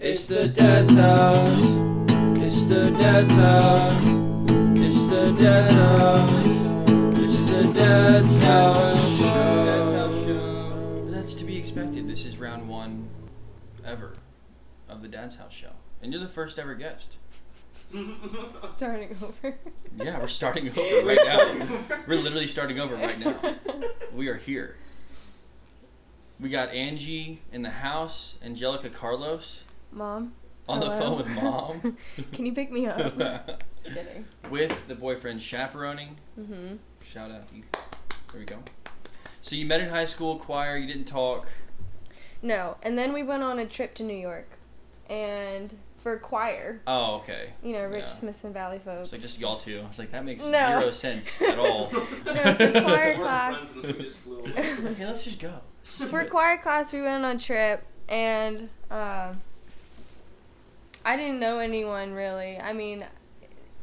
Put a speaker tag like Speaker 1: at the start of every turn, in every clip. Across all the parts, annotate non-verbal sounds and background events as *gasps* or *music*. Speaker 1: It's the dad's house. It's the dad's house. It's the dad's house. It's the dad's house show. That's to be expected. This is round one ever of the dad's house show. And you're the first ever guest.
Speaker 2: Starting over.
Speaker 1: Yeah, we're starting over right now. We're literally starting over right now. We are here. We got Angie in the house, Angelica Carlos
Speaker 2: Mom,
Speaker 1: on the phone
Speaker 2: Hello.
Speaker 1: with mom.
Speaker 2: *laughs* can you pick
Speaker 1: *laughs*
Speaker 2: me up? Just kidding.
Speaker 1: with the boyfriend chaperoning.
Speaker 2: Mm-hmm.
Speaker 1: Shout out. you. There we go. So you met in high school choir. You didn't talk.
Speaker 2: No, and then we went on a trip to New York, and for choir,
Speaker 1: Oh, okay.
Speaker 2: you know, rich
Speaker 1: Yeah.
Speaker 2: Smithson Valley folks.
Speaker 1: It's like just y'all two. I was like, that makes
Speaker 2: No.
Speaker 1: zero sense at
Speaker 2: *laughs*
Speaker 1: all. *laughs*
Speaker 2: No, for choir
Speaker 3: We're
Speaker 2: class.
Speaker 3: friends and we just flew away.
Speaker 1: Okay, let's just go.
Speaker 2: for choir class, we went on a trip, and uh, I didn't know anyone really. I mean,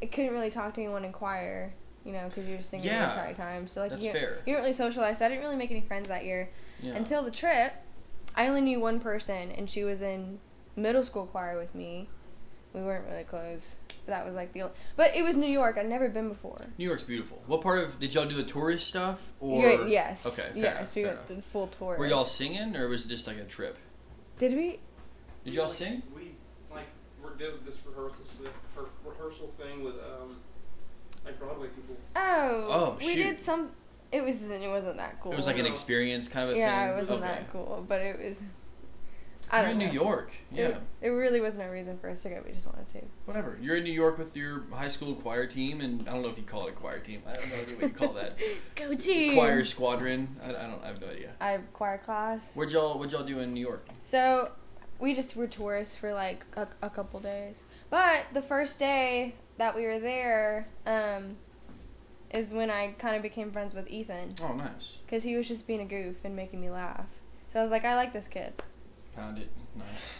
Speaker 2: I couldn't really talk to anyone in choir, you know, because you're just singing
Speaker 1: Yeah.
Speaker 2: the entire time. So like,
Speaker 1: That's
Speaker 2: you,
Speaker 1: fair.
Speaker 2: you don't really socialize. So I didn't really make any friends that year.
Speaker 1: Yeah.
Speaker 2: Until the trip, I only knew one person, and she was in middle school choir with me. We weren't really close. But that was like the. Only, but it was New York. I'd never been before.
Speaker 1: New York's beautiful. What part of did y'all do the tourist stuff or?
Speaker 2: Yeah, yes.
Speaker 1: Okay. Fair
Speaker 2: yes,
Speaker 1: enough,
Speaker 2: we
Speaker 1: fair
Speaker 2: went
Speaker 1: enough.
Speaker 2: the full tour.
Speaker 1: Were y'all singing or was it just like a trip?
Speaker 2: Did we?
Speaker 1: *laughs* Did y'all
Speaker 3: We, like-
Speaker 1: sing?
Speaker 3: We like we did this rehearsal si- her- rehearsal thing with um like Broadway people.
Speaker 2: Oh.
Speaker 1: Oh,
Speaker 2: We
Speaker 1: shoot.
Speaker 2: did some. It was. It wasn't that cool.
Speaker 1: It was like an
Speaker 3: No.
Speaker 1: experience kind of a
Speaker 2: Yeah,
Speaker 1: thing.
Speaker 2: it wasn't
Speaker 1: Okay.
Speaker 2: that cool, but it was. I
Speaker 1: You're
Speaker 2: don't
Speaker 1: in
Speaker 2: know.
Speaker 1: New York. Yeah.
Speaker 2: It, it really was no reason for us to go. We just wanted to.
Speaker 1: Whatever. You're in New York with your high school choir team, and I don't know if you call it a choir team. I don't know what you call that.
Speaker 2: *laughs* Go team.
Speaker 1: choir squadron. I, I don't. I have no idea.
Speaker 2: I have choir class.
Speaker 1: Where'd y'all What'd y'all do in New York?
Speaker 2: So we just were tourists for like a, a couple days. But the first day that we were there um, is when I kind of became friends with Ethan
Speaker 1: Oh, nice.
Speaker 2: because he was just being a goof and making me laugh. So I was like, I like this kid.
Speaker 1: Pound it. Nice.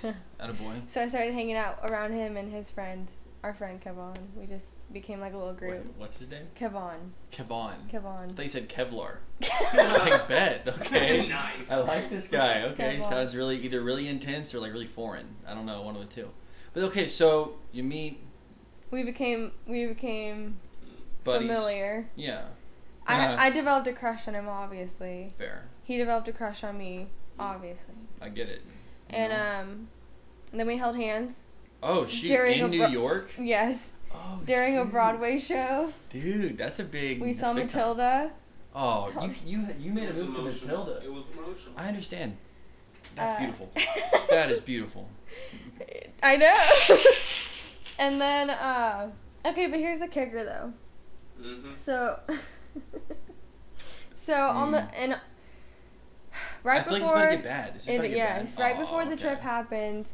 Speaker 1: At a boy.
Speaker 2: *laughs* so I started hanging out around him and his friend, our friend Kevon. We just became like a little group.
Speaker 1: What's his name?
Speaker 2: Kevon.
Speaker 1: Kevon. I
Speaker 2: Kevon. *laughs*
Speaker 1: thought you said Kevlar. I was like, bet. *laughs* Okay.
Speaker 3: nice.
Speaker 1: I like this guy. Okay,
Speaker 2: Kevlar.
Speaker 1: sounds really either really intense or like really foreign. I don't know, one of the two. But okay, so you meet
Speaker 2: We became we became
Speaker 1: buddies.
Speaker 2: familiar.
Speaker 1: Yeah, Uh-huh.
Speaker 2: I, I developed a crush on him, obviously.
Speaker 1: fair.
Speaker 2: He developed a crush on me, obviously.
Speaker 1: I get it. You
Speaker 2: And
Speaker 1: know?
Speaker 2: um, then we
Speaker 1: *laughs*
Speaker 2: held hands.
Speaker 1: oh, she
Speaker 2: during a
Speaker 1: in New
Speaker 2: bro-
Speaker 1: York.
Speaker 2: Yes,
Speaker 1: Oh,
Speaker 2: during a
Speaker 1: shoot.
Speaker 2: Broadway show,
Speaker 1: Dude, that's a big.
Speaker 2: we
Speaker 1: that's
Speaker 2: saw
Speaker 1: big time.
Speaker 2: Matilda.
Speaker 1: Oh, you you you made
Speaker 3: It
Speaker 1: a
Speaker 3: was
Speaker 1: move to
Speaker 3: emotional.
Speaker 1: Matilda.
Speaker 3: It was emotional.
Speaker 1: I understand. That's
Speaker 2: Uh,
Speaker 3: *laughs*
Speaker 2: *laughs*
Speaker 1: beautiful. that is beautiful.
Speaker 2: I know. *laughs* and then, uh, okay, but here's the kicker though.
Speaker 3: mm-hmm.
Speaker 2: So, *laughs* so on the and
Speaker 1: Mm.
Speaker 2: right
Speaker 1: I feel
Speaker 2: before,
Speaker 1: like it's about to get bad. Is it about to
Speaker 2: and,
Speaker 1: get
Speaker 2: yeah,
Speaker 1: bad?
Speaker 2: it's right
Speaker 1: Oh,
Speaker 2: before the
Speaker 1: okay.
Speaker 2: trip happened,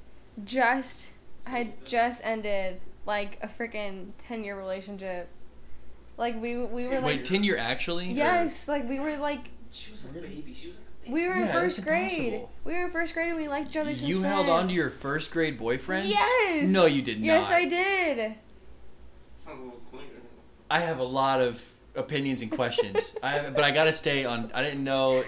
Speaker 2: just had just ended like a freaking ten year relationship. Like we we
Speaker 3: Wait,
Speaker 2: were like
Speaker 1: Wait, ten year actually? or-
Speaker 2: yes, like we were like
Speaker 3: She was a baby. She was like a baby.
Speaker 2: We were in
Speaker 1: Yeah, that's
Speaker 2: first grade.
Speaker 1: impossible.
Speaker 2: We were in first grade and we liked each other since
Speaker 1: You held
Speaker 2: then.
Speaker 1: on to your first grade boyfriend?
Speaker 2: Yes.
Speaker 1: No, you did not.
Speaker 2: Yes,
Speaker 1: *laughs*
Speaker 2: I did. *laughs*
Speaker 3: Sounds a little clinger.
Speaker 1: I have a lot of opinions and questions. I have, but I gotta stay on. I didn't know.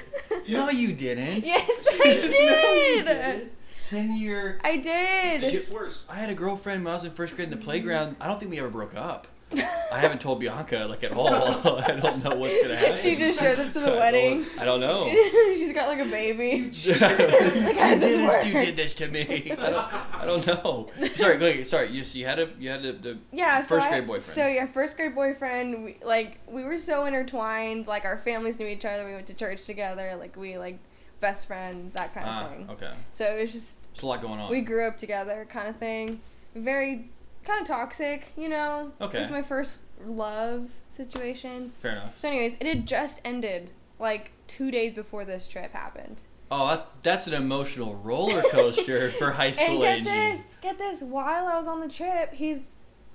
Speaker 1: No, you didn't. *laughs*
Speaker 2: Yes,
Speaker 3: No,
Speaker 2: I
Speaker 3: you
Speaker 2: did.
Speaker 1: Ten year.
Speaker 2: I
Speaker 3: It
Speaker 2: did.
Speaker 3: gets worse.
Speaker 1: I had a girlfriend when I was in first grade in the playground. I don't think we ever broke up.
Speaker 2: *laughs*
Speaker 1: I haven't told Bianca like at all. *laughs* I don't know what's gonna happen.
Speaker 2: She just shows up to
Speaker 1: I
Speaker 2: the
Speaker 1: don't-
Speaker 2: wedding.
Speaker 1: I don't know.
Speaker 2: *laughs* She's got like a baby.
Speaker 1: *laughs*
Speaker 2: *laughs*
Speaker 1: you,
Speaker 2: how does
Speaker 1: did
Speaker 2: this
Speaker 1: this, you
Speaker 2: work?
Speaker 1: did this to me. I don't, I don't know. *laughs* Sorry, go ahead. sorry. You, so you had a you had a, the
Speaker 2: Yeah, so
Speaker 1: First
Speaker 2: I-
Speaker 1: grade boyfriend.
Speaker 2: So yeah, first grade boyfriend. We, like we were so intertwined. Like our families knew each other. We went to church together. Like we like best friends. That kind of
Speaker 1: ah,
Speaker 2: thing.
Speaker 1: okay.
Speaker 2: So it was just
Speaker 1: There's a lot going on.
Speaker 2: we grew up together kind of thing very kind of toxic you know
Speaker 1: Okay.
Speaker 2: it was my first love situation
Speaker 1: Fair enough.
Speaker 2: so anyways it had just ended like two days before this trip happened
Speaker 1: Oh, that's that's an emotional
Speaker 2: *laughs*
Speaker 1: roller coaster for high
Speaker 2: and
Speaker 1: school
Speaker 2: get
Speaker 1: Angie.
Speaker 2: this get this while i was on the trip he's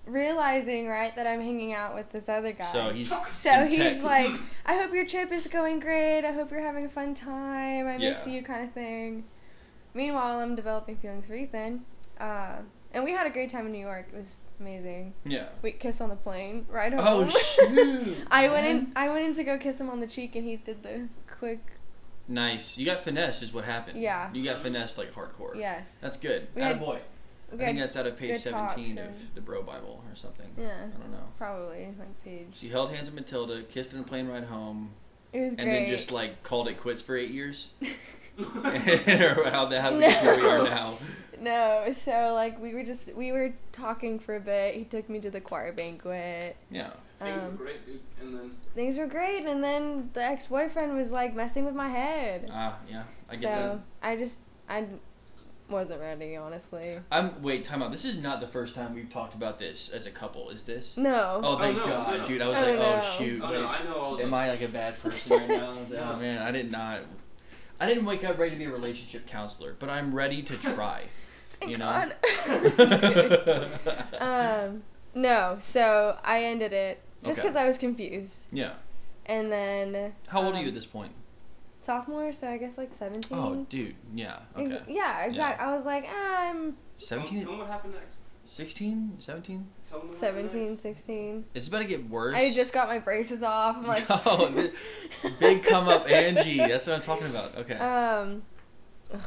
Speaker 2: realizing right that i'm hanging out with this other guy
Speaker 1: So he's
Speaker 2: So
Speaker 1: in
Speaker 2: he's
Speaker 1: text. *laughs*
Speaker 2: like, I hope your trip is going great. I hope you're having a fun time. I miss
Speaker 1: Yeah.
Speaker 2: you, kind of thing. Meanwhile, I'm developing feelings for Ethan. Uh, and we had a great time in New York. It was amazing.
Speaker 1: yeah.
Speaker 2: We kissed on the plane right
Speaker 1: Oh
Speaker 2: home.
Speaker 1: shoot!
Speaker 2: *laughs* I went in.
Speaker 1: man.
Speaker 2: I went in to go kiss him on the cheek, and he did the quick
Speaker 1: Nice. You got finesse, is what happened.
Speaker 2: Yeah.
Speaker 1: You got finesse like hardcore.
Speaker 2: yes.
Speaker 1: That's good.
Speaker 2: We had-
Speaker 1: boy. I think
Speaker 2: Good-
Speaker 1: that's out of page
Speaker 2: good talks
Speaker 1: 17 of
Speaker 2: and-
Speaker 1: the Bro Bible or something.
Speaker 2: Yeah.
Speaker 1: I don't know.
Speaker 2: Probably like page.
Speaker 1: She held hands with Matilda, kissed in a plane ride home,
Speaker 2: It was
Speaker 1: and
Speaker 2: great.
Speaker 1: then just like called it quits for eight
Speaker 2: *laughs*
Speaker 1: years. *laughs*
Speaker 3: That's
Speaker 1: or how the how we get to where we are
Speaker 2: No.
Speaker 1: now.
Speaker 2: *laughs* no, so like we were just we were talking for a bit. He took me to the choir banquet.
Speaker 1: Yeah.
Speaker 3: Things were
Speaker 2: Um,
Speaker 3: great, dude. And then
Speaker 2: things were great, and then the ex-boyfriend was like messing with my head.
Speaker 1: Ah, yeah. I get that.
Speaker 2: so I just I wasn't ready, honestly.
Speaker 1: I'm wait, time out. This is not the first time we've talked about this as a couple, is this?
Speaker 2: No.
Speaker 1: Oh, thank
Speaker 3: no,
Speaker 1: God,
Speaker 3: no.
Speaker 1: dude. I was
Speaker 2: Oh,
Speaker 1: like,
Speaker 2: no.
Speaker 1: oh shoot.
Speaker 3: oh no, I know all.
Speaker 1: wait,
Speaker 3: the-
Speaker 1: am I like a bad person right now? Is that-
Speaker 3: No.
Speaker 1: Oh man, I did not. I didn't wake up ready to be a relationship counselor, but I'm ready to
Speaker 2: *laughs*
Speaker 1: try.
Speaker 2: *laughs* Thank
Speaker 1: you know?
Speaker 2: God. *laughs*
Speaker 1: *laughs*
Speaker 2: Just kidding. um, no. So I ended it just
Speaker 1: Okay.
Speaker 2: because I was confused,
Speaker 1: yeah.
Speaker 2: and then
Speaker 1: How old are you
Speaker 2: um,
Speaker 1: at this point?
Speaker 2: sophomore, so I guess like seventeen.
Speaker 1: Oh, dude. Yeah.
Speaker 2: Ex-
Speaker 1: Okay.
Speaker 2: Yeah, exactly. I was like, ah, I'm
Speaker 3: Tell, tell
Speaker 1: 17,
Speaker 3: them what happened next.
Speaker 1: 16, 17?
Speaker 3: Tell them what happened
Speaker 2: 17,
Speaker 3: next.
Speaker 2: 16.
Speaker 1: It's about to get worse.
Speaker 2: I just got my braces off. I'm
Speaker 1: *laughs*
Speaker 2: like,
Speaker 1: Oh,
Speaker 2: *laughs*
Speaker 1: thi- Big come up, Angie. That's what I'm talking about. Okay.
Speaker 2: Um, ugh.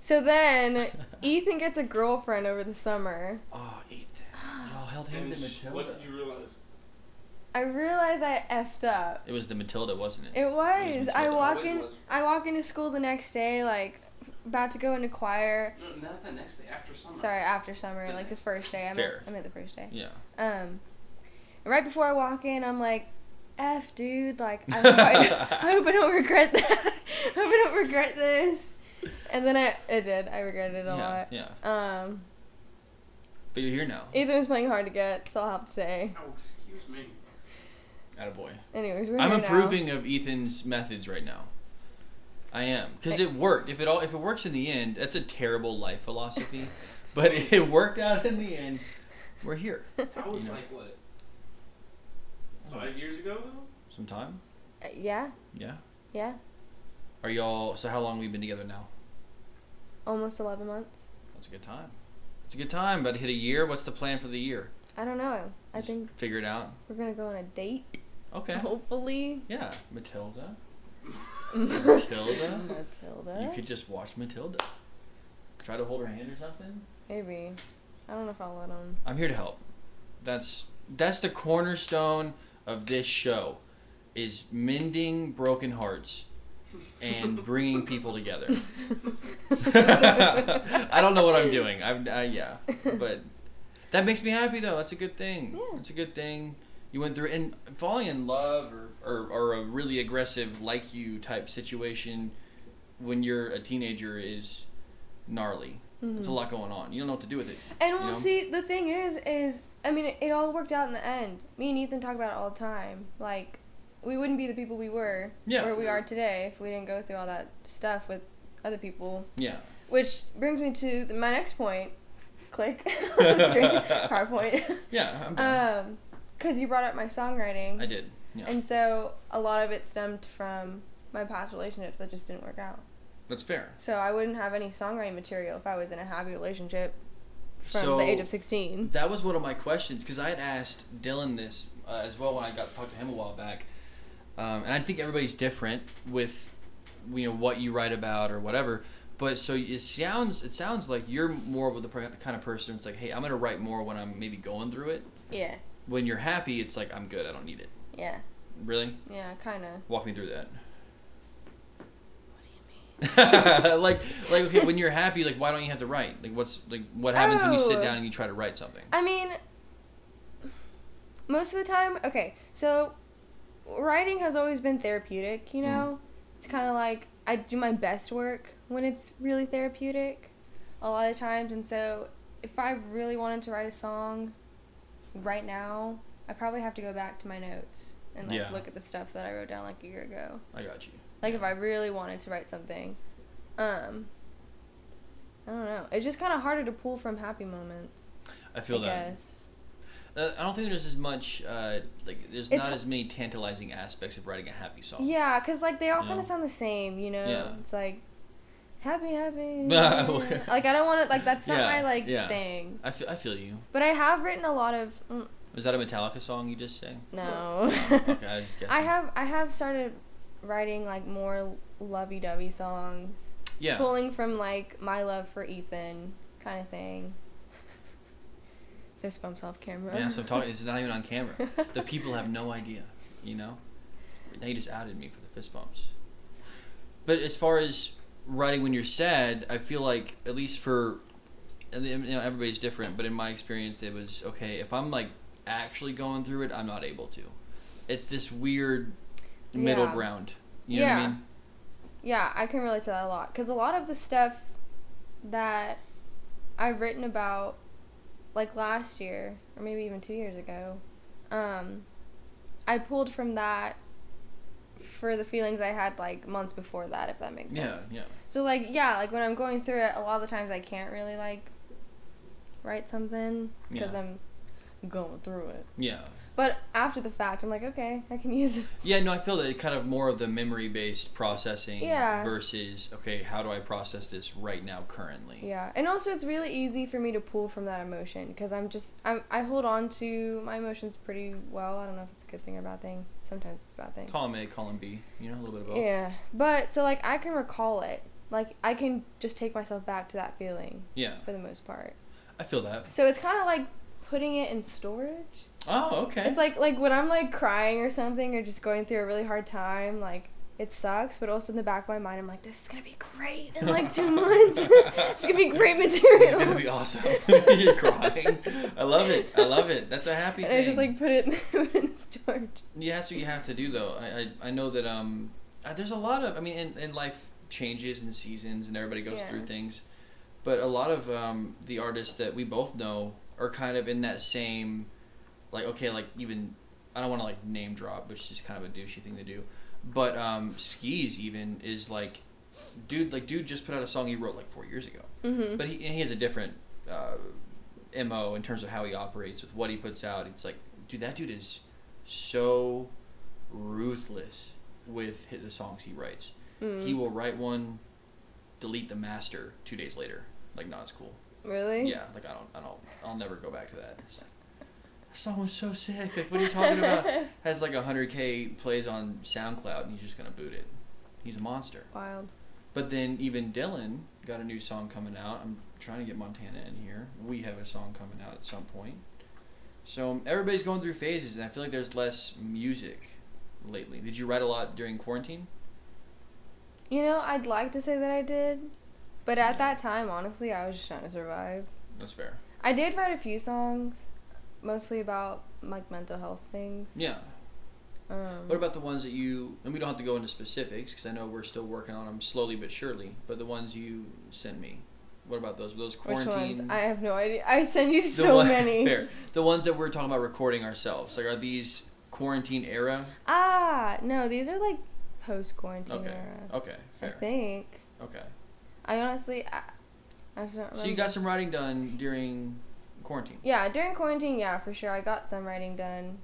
Speaker 2: so then Ethan gets a girlfriend over the summer.
Speaker 1: oh, eat
Speaker 2: *gasps*
Speaker 1: that. Y'all held hands
Speaker 3: And
Speaker 1: at
Speaker 3: sh-
Speaker 1: Matilda.
Speaker 3: what did you realize?
Speaker 2: I realize I effed up.
Speaker 1: It was the Matilda, wasn't it?
Speaker 2: It was. I
Speaker 1: Matilda.
Speaker 2: walk
Speaker 3: Always
Speaker 2: in.
Speaker 3: was.
Speaker 2: I walk into school the next day, like f- about to go into choir.
Speaker 3: No, not the next day after summer.
Speaker 2: Sorry, after summer,
Speaker 3: The
Speaker 2: like the
Speaker 3: next-
Speaker 2: first day. I meant,
Speaker 1: Fair.
Speaker 2: I meant the first day.
Speaker 1: Yeah.
Speaker 2: Um, and right before I walk in, I'm like, "F, dude! Like, I hope
Speaker 1: *laughs*
Speaker 2: I, I hope I don't regret that. *laughs* I hope I don't regret this." And then I, I did. I regretted it
Speaker 1: yeah.
Speaker 2: a
Speaker 1: Yeah.
Speaker 2: lot. Um,
Speaker 1: But you're here now.
Speaker 2: Ethan was playing hard to get. That's all I have to say.
Speaker 3: Oh, excuse me.
Speaker 1: Attaboy.
Speaker 2: Anyways, we're
Speaker 1: I'm
Speaker 2: here
Speaker 1: approving of Ethan's methods right now. I am, because it worked. If it all, if it works in the end, that's a terrible life
Speaker 3: *laughs*
Speaker 1: philosophy, but *laughs* it worked out in the end. We're here.
Speaker 3: That was
Speaker 1: You know.
Speaker 3: like what five years ago though.
Speaker 1: Some time.
Speaker 2: now. Uh, yeah,
Speaker 1: Yeah.
Speaker 2: yeah.
Speaker 1: Are y'all? So how long we been together now?
Speaker 2: Almost 11 months.
Speaker 1: That's a good time. It's a good time. About to hit a year. What's the plan for the year?
Speaker 2: I don't know. I
Speaker 1: Just
Speaker 2: think
Speaker 1: Figure it out.
Speaker 2: we're gonna go on a date.
Speaker 1: Okay.
Speaker 2: Hopefully.
Speaker 1: Yeah,
Speaker 2: *laughs*
Speaker 1: Matilda. Matilda. You
Speaker 2: Matilda.
Speaker 1: could just watch Matilda. Try to hold her hand or something.
Speaker 2: Maybe. I don't know if I'll let him.
Speaker 1: I'm here to help. That's that's the cornerstone of this show, is mending broken hearts, and bringing people together. *laughs* I don't know what I'm doing. I'm uh, yeah, but that makes me happy though. That's a good thing.
Speaker 2: Yeah.
Speaker 1: It's a good thing. You went through and falling in love or, or, or a really aggressive like you type situation when you're a teenager is gnarly. It's a
Speaker 2: Mm.
Speaker 1: lot going on. You don't know what to do with it.
Speaker 2: Mm-hmm. And we'll
Speaker 1: know?
Speaker 2: see. The thing is, is I mean, it, it all worked out in the end. Me and Ethan talk about it all the time. Like, we wouldn't be the people we were
Speaker 1: Yeah.
Speaker 2: or we are today if we didn't go through all that stuff with other people.
Speaker 1: Yeah.
Speaker 2: Which brings me to the, my next point. Click *laughs* on
Speaker 1: *laughs*
Speaker 2: the screen. PowerPoint.
Speaker 1: Yeah.
Speaker 2: *laughs*
Speaker 1: I'm down.
Speaker 2: Um, because you brought up my songwriting.
Speaker 1: I did. Yeah.
Speaker 2: Uh, And so a lot of it stemmed from my past relationships that just didn't work out.
Speaker 1: That's fair.
Speaker 2: So I wouldn't have any songwriting material if I was in a happy relationship from
Speaker 1: So-
Speaker 2: the age of 16.
Speaker 1: That was one of my questions because I had asked Dylan this uh, as well when I got to talk to him a while back, um, and I think everybody's different with you know what you write about or whatever. But so it sounds it sounds like you're more of the pr- kind of person. It's like, hey, I'm gonna write more when I'm maybe going through it.
Speaker 2: Yeah,
Speaker 1: When you're happy, it's like I'm good. I don't need it.
Speaker 2: yeah,
Speaker 1: Really,
Speaker 2: yeah, kind of.
Speaker 1: walk me through that. *laughs* like like okay, when you're happy, like why don't you have to write? Like what's like what happens when you sit
Speaker 2: Oh.
Speaker 1: down and you try to write something?
Speaker 2: I mean, most of the time, okay, so writing has always been therapeutic,
Speaker 1: Mm-hmm.
Speaker 2: you know? It's kind of like I do my best work when it's really therapeutic a lot of times. And so if I really wanted to write a song right now, I probably have to go back to my notes and like
Speaker 1: Yeah.
Speaker 2: look at the stuff that I wrote down like a year ago.
Speaker 1: I got you.
Speaker 2: Like if I really wanted to write something. Um I don't know. It's just kind of harder to pull from happy moments.
Speaker 1: I feel
Speaker 2: I
Speaker 1: that.
Speaker 2: guess.
Speaker 1: Uh, I don't think there's as much uh, like there's
Speaker 2: It's-
Speaker 1: not as many tantalizing aspects of writing a happy song.
Speaker 2: Yeah, cuz like they all
Speaker 1: You
Speaker 2: kind
Speaker 1: know?
Speaker 2: of sound the same, you know.
Speaker 1: Yeah.
Speaker 2: It's like
Speaker 1: *laughs*
Speaker 2: happy happy.
Speaker 1: Yeah.
Speaker 2: like I don't want to like that's not
Speaker 1: Yeah,
Speaker 2: my like
Speaker 1: yeah.
Speaker 2: thing.
Speaker 1: I feel I feel you.
Speaker 2: But I have written a lot of mm,
Speaker 1: Was that a Metallica song you just sang?
Speaker 2: no.
Speaker 1: Okay, I was just guessing.
Speaker 2: *laughs* I have I have started writing like more lovey-dovey songs,
Speaker 1: Yeah.
Speaker 2: pulling from like my love for Ethan kind of thing. *laughs* fist bumps off camera.
Speaker 1: Yeah, so I'm talking. It's not even on
Speaker 2: *laughs*
Speaker 1: camera. The people have no idea. You know, they just outed me for the fist bumps. But as far as writing when you're sad, I feel like at least for, and then, you know, everybody's different. But in my experience, it was okay. If I'm like actually going through it, I'm not able to. It's this weird middle
Speaker 2: Yeah.
Speaker 1: ground. You know what I
Speaker 2: Yeah.
Speaker 1: mean?
Speaker 2: Yeah, I can relate to that a lot because a lot of the stuff that I've written about, like last year or maybe even two years ago, um, I pulled from that for the feelings I had like months before that, if that makes
Speaker 1: Yeah,
Speaker 2: sense.
Speaker 1: yeah.
Speaker 2: So like yeah, like when I'm going through it, a lot of the times I can't really like write something because
Speaker 1: Yeah.
Speaker 2: I'm going through it.
Speaker 1: Yeah.
Speaker 2: But after the fact, I'm like, okay, I can *laughs* use this.
Speaker 1: Yeah, no, I feel that it kind of more of the memory based processing
Speaker 2: Yeah.
Speaker 1: versus okay, how do I process this right now currently?
Speaker 2: Yeah, and also it's really easy for me to pull from that emotion because I'm just I'm, I hold on to my emotions pretty well. I don't know if it's a good thing or a bad thing. Sometimes it's a bad thing.
Speaker 1: Column A, column B, you know, a little bit of both.
Speaker 2: Yeah, but so like I can recall it. Like I can just take myself back to that feeling
Speaker 1: Yeah,
Speaker 2: for the most part.
Speaker 1: I feel that.
Speaker 2: So it's kind of like putting it in storage.
Speaker 1: Oh, okay.
Speaker 2: It's like like when I'm like crying or something or just going through a really hard time, like it sucks, but also in the back of my mind, I'm like, this is gonna be great in like
Speaker 1: *laughs*
Speaker 2: two months. *laughs* it's gonna be great material.
Speaker 1: it's
Speaker 2: *laughs*
Speaker 1: gonna be awesome. *laughs* You're crying. I love it. I love it. That's a happy
Speaker 2: And
Speaker 1: thing.
Speaker 2: I just like put it in, put it *laughs* in storage.
Speaker 1: Yeah, that's what you have to do though. I I, I know that um, uh, there's a lot of I mean, and, and life changes and seasons, and everybody goes
Speaker 2: Yeah.
Speaker 1: through things. But a lot of um, the artists that we both know are kind of in that same, like okay, like even I don't want to like name drop, which is kind of a douchey thing to do. But um, skis even is like, dude, like dude just put out a song he wrote like four years ago.
Speaker 2: Mm-hmm.
Speaker 1: But he, and he has a different uh, MO in terms of how he operates with what he puts out. It's like, dude, that dude is so ruthless with hi- the songs he writes.
Speaker 2: Mm-hmm.
Speaker 1: He will write one, delete the master two days later. Like, no, it's cool.
Speaker 2: really?
Speaker 1: Yeah, like I don't, I don't, I'll never go back to that. It's like, that song was so sick. Like, what are you talking
Speaker 2: *laughs*
Speaker 1: about? Has like 100k plays on SoundCloud, and he's just gonna boot it. He's a monster.
Speaker 2: Wild.
Speaker 1: But then even Dylan got a new song coming out. I'm trying to get Montana in here. We have a song coming out at some point. So um, everybody's going through phases, and I feel like there's less music lately. Did you write a lot during quarantine?
Speaker 2: You know, I'd like to say that I did, but at
Speaker 1: Yeah.
Speaker 2: that time, honestly, I was just trying to survive.
Speaker 1: That's fair.
Speaker 2: I did write a few songs, mostly about like mental health things.
Speaker 1: Yeah.
Speaker 2: Um,
Speaker 1: What about the ones that you, and we don't have to go into specifics because I know we're still working on them slowly but surely, but the ones you sent me, what about those? Were those
Speaker 2: which
Speaker 1: quarantine?
Speaker 2: ones? I have no idea. I send
Speaker 1: *laughs*
Speaker 2: you
Speaker 1: the
Speaker 2: so
Speaker 1: one- *laughs*
Speaker 2: many.
Speaker 1: Fair. The ones that we're talking about recording ourselves. Like, are these quarantine era?
Speaker 2: Ah, no, these are like post quarantine
Speaker 1: Okay.
Speaker 2: era.
Speaker 1: Okay.
Speaker 2: I
Speaker 1: Fair.
Speaker 2: think.
Speaker 1: Okay.
Speaker 2: I honestly, I, I just don't remember.
Speaker 1: So you got some writing done during quarantine.
Speaker 2: Yeah, during quarantine, yeah, for sure. I got some writing done.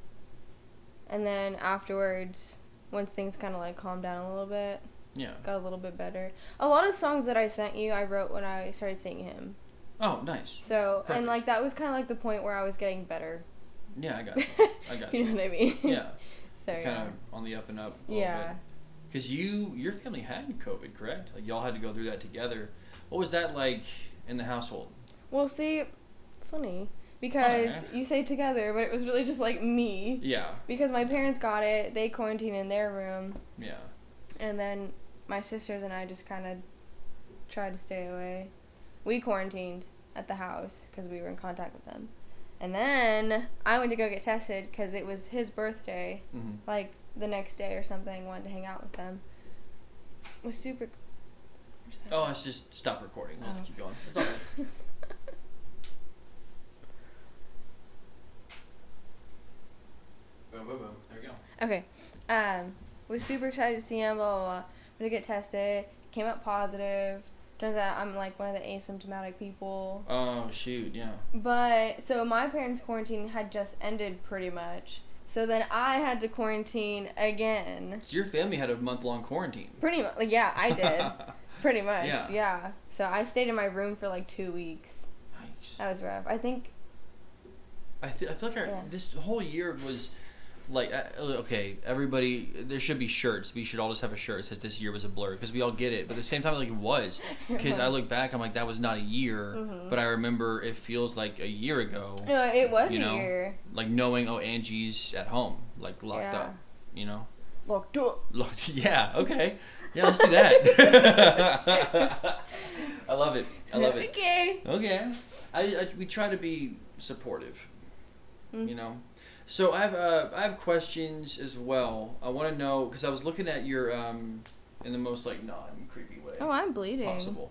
Speaker 2: And then afterwards, once things kind of like calmed down a little bit,
Speaker 1: Yeah.
Speaker 2: got a little bit better. A lot of songs that I sent you, I wrote when I started seeing him.
Speaker 1: Oh, nice.
Speaker 2: So,
Speaker 1: Perfect.
Speaker 2: and like that was kind of like the point where I was getting better.
Speaker 1: Yeah, I got. You. I got.
Speaker 2: *laughs* you
Speaker 1: You.
Speaker 2: know what I mean?
Speaker 1: Yeah,
Speaker 2: *laughs* so,
Speaker 1: kind
Speaker 2: yeah.
Speaker 1: of on the up and up. A
Speaker 2: Yeah.
Speaker 1: Because you, your family had COVID, correct? Like y'all had to go through that together. What was that like in the household?
Speaker 2: Well, see, funny. Because
Speaker 1: Alright.
Speaker 2: you say together, but it was really just like me.
Speaker 1: Yeah.
Speaker 2: Because my parents got it, they quarantined in their room.
Speaker 1: Yeah.
Speaker 2: and then my sisters and I just kind of tried to stay away. We quarantined at the house because we were in contact with them. And then I went to go get tested because it was his birthday,
Speaker 1: hmm
Speaker 2: like the next day or something. Wanted to hang out with them. Was super. what is that?
Speaker 1: Oh, let's just stop recording. Let's
Speaker 2: Oh.
Speaker 1: keep going. It's all right. boom, boom, boom. There we go.
Speaker 2: Okay. Um, was super excited to see him. Blah blah blah. Went to get tested. Came up positive. Turns out I'm like one of the asymptomatic people.
Speaker 1: Oh shoot! Yeah.
Speaker 2: But so my parents' quarantine had just ended pretty much. So then I had to quarantine again.
Speaker 1: So your family had a month long quarantine.
Speaker 2: Pretty much, like, yeah, I did.
Speaker 1: *laughs*
Speaker 2: pretty much,
Speaker 1: Yeah.
Speaker 2: yeah. So I stayed in my room for like two weeks.
Speaker 1: Yikes. *laughs*
Speaker 2: That was rough. I think,
Speaker 1: I, th- I feel like our,
Speaker 2: Yeah.
Speaker 1: this whole year was like uh, okay, everybody there should be shirts. We should all just have a shirt that says this year was a blur because we all get it. But at the same time, like it
Speaker 2: *laughs*
Speaker 1: was because I look back, I'm like that was not a year,
Speaker 2: Mhm.
Speaker 1: but I remember it feels like a year ago.
Speaker 2: *laughs* No, it was
Speaker 1: You
Speaker 2: a
Speaker 1: know?
Speaker 2: year.
Speaker 1: Like knowing oh Angie's at home, like locked
Speaker 2: yeah.
Speaker 1: up, you know.
Speaker 2: Locked up.
Speaker 1: Locked. *laughs* Yeah. Okay. Yeah. Let's do
Speaker 2: *laughs*
Speaker 1: that. *laughs* I love it. I
Speaker 2: *laughs*
Speaker 1: love it.
Speaker 2: Okay.
Speaker 1: Okay. I, I we try to be supportive.
Speaker 2: Mm.
Speaker 1: You know. So I have uh, I have questions as well. I want to know because I was looking at your um in the most like non creepy way
Speaker 2: Oh, I'm bleeding.
Speaker 1: possible.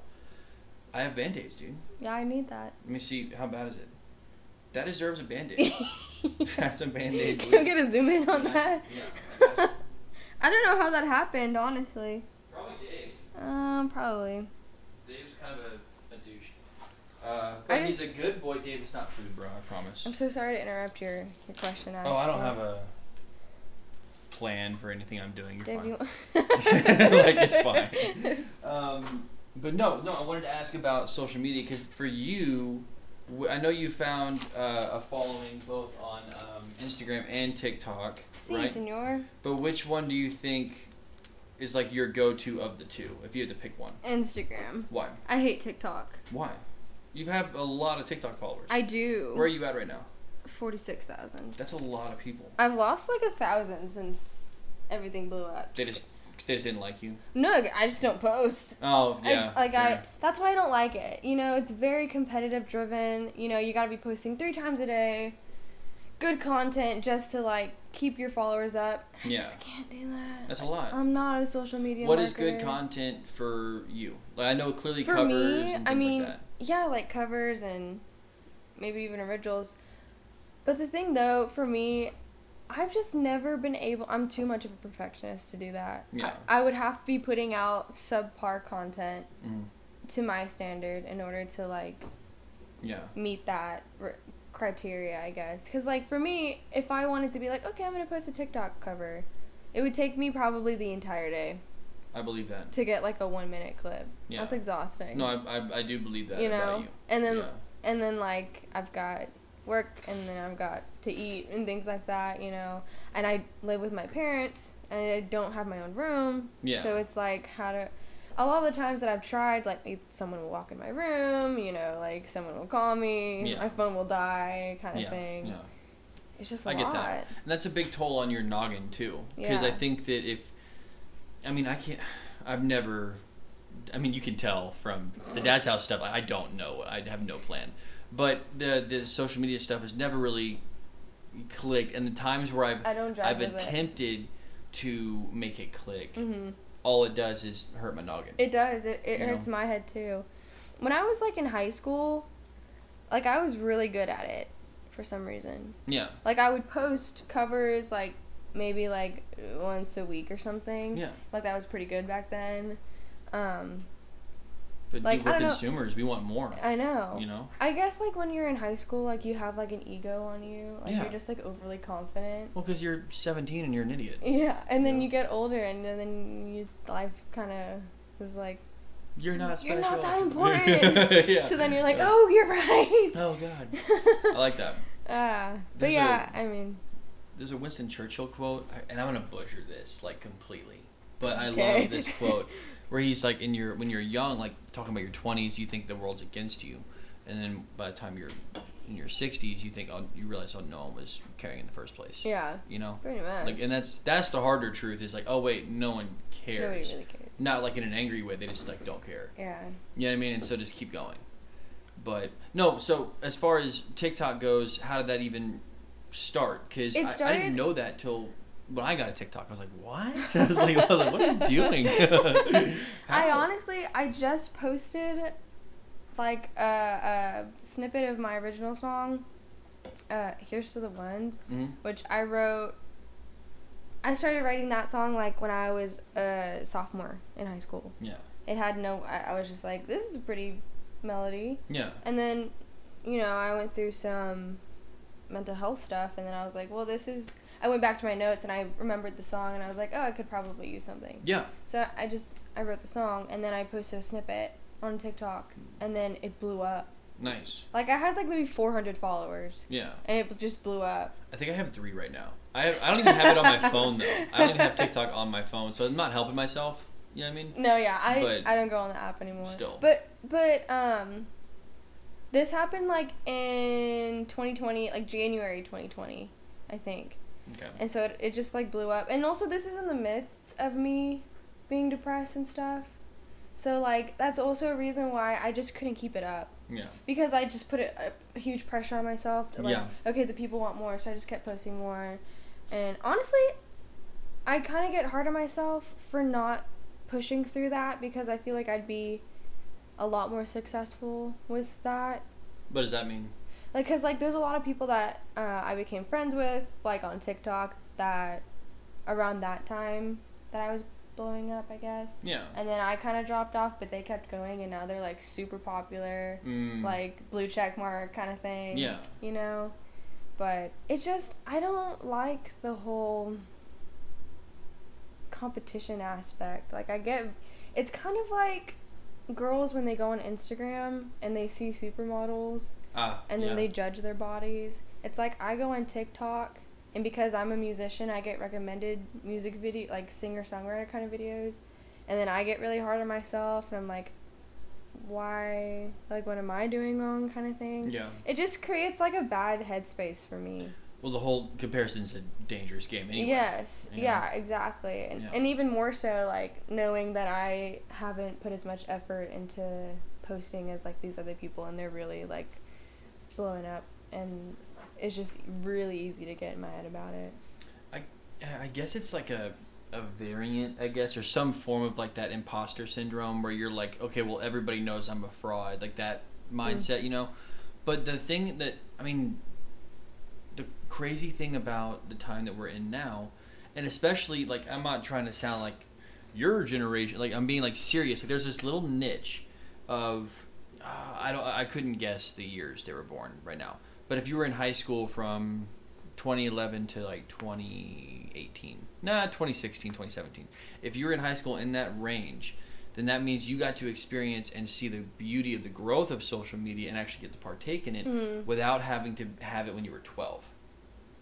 Speaker 1: I have band aids, dude.
Speaker 2: Yeah, I need that.
Speaker 1: Let me see how bad is it. That deserves a band
Speaker 2: *laughs*
Speaker 1: aid. That's a band aid.
Speaker 2: Can we get a zoom in on that?
Speaker 1: Yeah.
Speaker 2: I don't know how that happened, honestly.
Speaker 3: Probably Dave.
Speaker 2: Um, probably.
Speaker 3: Dave's kind of a, a douche.
Speaker 1: Uh,
Speaker 2: I
Speaker 1: but he's
Speaker 2: just-
Speaker 1: a good boy, Dave. It's not food, bro. I promise.
Speaker 2: I'm so sorry to interrupt your, your question.
Speaker 1: Oh, I don't have a plan for anything I'm doing. You're
Speaker 2: Dave,
Speaker 1: fine. *laughs*
Speaker 2: you... like *laughs*
Speaker 1: it's fine. Um, but no, no, I wanted to ask about social media because for you, w- I know you found uh, a following both on um, Instagram and TikTok,
Speaker 2: See,
Speaker 1: right?
Speaker 2: senor.
Speaker 1: But which one do you think is like your go-to of the two? If you had to pick one,
Speaker 2: Instagram.
Speaker 1: why?
Speaker 2: I hate TikTok.
Speaker 1: Why? You have a lot of TikTok followers.
Speaker 2: I do.
Speaker 1: Where are you at right now?
Speaker 2: Forty-six thousand.
Speaker 1: That's a lot of people.
Speaker 2: I've lost like a thousand since everything blew up.
Speaker 1: They just, they just didn't like you.
Speaker 2: no, I just don't post.
Speaker 1: Oh yeah.
Speaker 2: I, like I
Speaker 1: fair.
Speaker 2: that's why I don't like it. You know, it's very competitive driven. You know, you got to be posting 3 times a day good content just to like keep your followers up. I
Speaker 1: Yeah.
Speaker 2: just can't do that.
Speaker 1: That's a lot.
Speaker 2: I'm not a social media
Speaker 1: What is good
Speaker 2: marketer.
Speaker 1: content for you? Like, I know it clearly
Speaker 2: uh, For
Speaker 1: covers
Speaker 2: me,
Speaker 1: and things
Speaker 2: I mean,
Speaker 1: like that.
Speaker 2: yeah, like covers and maybe even originals. But the thing though, for me, I've just never been able. I'm too much of a perfectionist to do that.
Speaker 1: Yeah.
Speaker 2: I, I would have to be putting out subpar content
Speaker 1: Mm,
Speaker 2: to my standard in order to like
Speaker 1: yeah.
Speaker 2: meet that r- criteria, I guess. Because, like, for me, if I wanted to be like, okay, I'm going to post a TikTok cover, it would take me probably the entire day
Speaker 1: I believe that.
Speaker 2: to get like a one minute clip.
Speaker 1: Yeah.
Speaker 2: That's exhausting.
Speaker 1: No, I, I, I do believe that
Speaker 2: you
Speaker 1: about
Speaker 2: know?
Speaker 1: you.
Speaker 2: And then,
Speaker 1: yeah.
Speaker 2: and then, like, I've got work and then I've got to eat and things like that, you know? And I live with my parents and I don't have my own room.
Speaker 1: Yeah.
Speaker 2: So it's like, how to. A lot of the times that I've tried, like if someone will walk in my room, you know, like someone will call me,
Speaker 1: Yeah.
Speaker 2: my phone will die, kind of
Speaker 1: yeah,
Speaker 2: thing.
Speaker 1: yeah.
Speaker 2: It's just a
Speaker 1: I get
Speaker 2: lot.
Speaker 1: that. And that's a big toll on your noggin too, because I
Speaker 2: Yeah.
Speaker 1: think that if, I mean, I can't. I've never. I mean, you can tell from the dad's house stuff. I I don't know. I have no plan. But the the social media stuff has never really clicked, and the times where I've
Speaker 2: I don't drive
Speaker 1: I've
Speaker 2: with it.
Speaker 1: attempted to make it click.
Speaker 2: hmm
Speaker 1: All it does is hurt my noggin.
Speaker 2: It does. It, it
Speaker 1: You know?
Speaker 2: hurts my head too. When I was like in high school, like I was really good at it for some reason.
Speaker 1: yeah,
Speaker 2: Like I would post covers like maybe like once a week or something.
Speaker 1: yeah.
Speaker 2: Like that was pretty good back then. Um,
Speaker 1: But
Speaker 2: Like,
Speaker 1: dude, we're
Speaker 2: I don't know-
Speaker 1: consumers. We want more.
Speaker 2: I know.
Speaker 1: You know.
Speaker 2: I guess like when you're in high school, like you have like an ego on you. Like
Speaker 1: Yeah.
Speaker 2: you're just like overly confident.
Speaker 1: Well, because you're 17 and you're an idiot.
Speaker 2: Yeah, and then
Speaker 1: Yeah.
Speaker 2: you get older, and then, then you life kind of is like.
Speaker 1: You're not
Speaker 2: You're
Speaker 1: special. *laughs*
Speaker 2: not that important.
Speaker 1: yeah.
Speaker 2: So then you're like,
Speaker 1: Yeah.
Speaker 2: oh, you're right.
Speaker 1: Oh God.
Speaker 2: *laughs*
Speaker 1: I like that.
Speaker 2: Ah, but
Speaker 1: There's
Speaker 2: yeah, I mean,
Speaker 1: There's a Winston Churchill quote, and I'm gonna butcher this like completely, but I
Speaker 2: Okay.
Speaker 1: love this
Speaker 2: *laughs*
Speaker 1: quote where he's like, in your when you're young, like talking about your 20s, you think the world's against you, and then by the time you're in your 60s, you think, oh, you realize, oh, no one was caring in the first place.
Speaker 2: yeah,
Speaker 1: You know,
Speaker 2: pretty much.
Speaker 1: like, and that's that's the harder truth is like, oh wait, no one cares.
Speaker 2: Nobody really cares.
Speaker 1: Not like in an angry way, they just like don't care.
Speaker 2: Yeah.
Speaker 1: You know what I mean? And so just keep going. But no, so as far as TikTok goes, how did that even start? Because
Speaker 2: It
Speaker 1: I, I
Speaker 2: started-
Speaker 1: didn't know that till when I got a TikTok. I was like,
Speaker 2: *laughs*
Speaker 1: what? *laughs* I was like, I was like what are you doing?
Speaker 2: I
Speaker 1: *laughs* How?
Speaker 2: honestly, I just posted like a, a snippet of my original song, uh, Here's to the Ones,
Speaker 1: Mhm.
Speaker 2: which I wrote. I started writing that song like when I was a sophomore in high school.
Speaker 1: Yeah.
Speaker 2: It had no, I, I was just like, this is a pretty melody.
Speaker 1: Yeah.
Speaker 2: And then, you know, I went through some mental health stuff, and then I was like, well, this is. I went back to my notes and I remembered the song, and I was like, oh, I could probably use something.
Speaker 1: Yeah.
Speaker 2: So I just I wrote the song, and then I posted a snippet on TikTok, and then it blew up.
Speaker 1: Nice.
Speaker 2: Like I had like maybe 400 followers,
Speaker 1: Yeah.
Speaker 2: and it just blew up.
Speaker 1: I think I have three right now. I have, I don't even have it on
Speaker 2: *laughs*
Speaker 1: my phone though. I don't even have TikTok on my phone, so I'm not helping myself. You know what I mean?
Speaker 2: No, yeah, I
Speaker 1: But-
Speaker 2: I don't go on the app anymore.
Speaker 1: Still.
Speaker 2: But but um, this happened like in 2020, like January 2020, I think.
Speaker 1: Okay.
Speaker 2: And so it, it just like blew up. And also, this is in the midst of me being depressed and stuff. So like that's also a reason why I just couldn't keep it up
Speaker 1: Yeah.
Speaker 2: because I just put a, a huge pressure on myself. To, like,
Speaker 1: Yeah.
Speaker 2: okay, the people want more, so I just kept posting more. And honestly, I kind of get hard on myself for not pushing through that because I feel like I'd be a lot more successful with that
Speaker 1: What does that mean?
Speaker 2: like because like there's a lot of people that uh, i became friends with like on tiktok that around that time that i was blowing up i guess
Speaker 1: Yeah.
Speaker 2: and then i kind of dropped off but they kept going and now they're like super popular
Speaker 1: Mm.
Speaker 2: like blue check mark kind of thing
Speaker 1: Yeah.
Speaker 2: you know but it's just i don't like the whole competition aspect like i get it's kind of like girls when they go on instagram and they see supermodels
Speaker 1: Ah.
Speaker 2: and then
Speaker 1: yeah.
Speaker 2: they judge their bodies. It's like I go on TikTok and because I'm a musician, I get recommended music video like singer songwriter kind of videos, and then I get really hard on myself and I'm like, why? Like, what am I doing wrong? Kind of thing.
Speaker 1: Yeah.
Speaker 2: It just creates like a bad headspace for me.
Speaker 1: Well, the whole comparison's a dangerous game anyway.
Speaker 2: yes.
Speaker 1: you know?
Speaker 2: Yeah. Exactly. And
Speaker 1: Yeah.
Speaker 2: and even more so, like knowing that I haven't put as much effort into posting as like these other people, and they're really like blowing up, and it's just really easy to get mad about it.
Speaker 1: Yeah, I guess it's like a a variant, I guess, or some form of like that imposter syndrome where you're like, okay, well, everybody knows I'm a fraud, like that mindset, you know. But the thing that I mean, the crazy thing about the time that we're in now, and especially like I'm not trying to sound like your generation, like I'm being like serious. Like there's this little niche of uh, I don't I couldn't guess the years they were born right now. But if you were in high school from 2011 to like 2018 nah 2016 2017 if you were in high school in that range then that means you got to experience and see the beauty of the growth of social media and actually get to partake in it
Speaker 2: Mhm.
Speaker 1: without having to have it when you were 12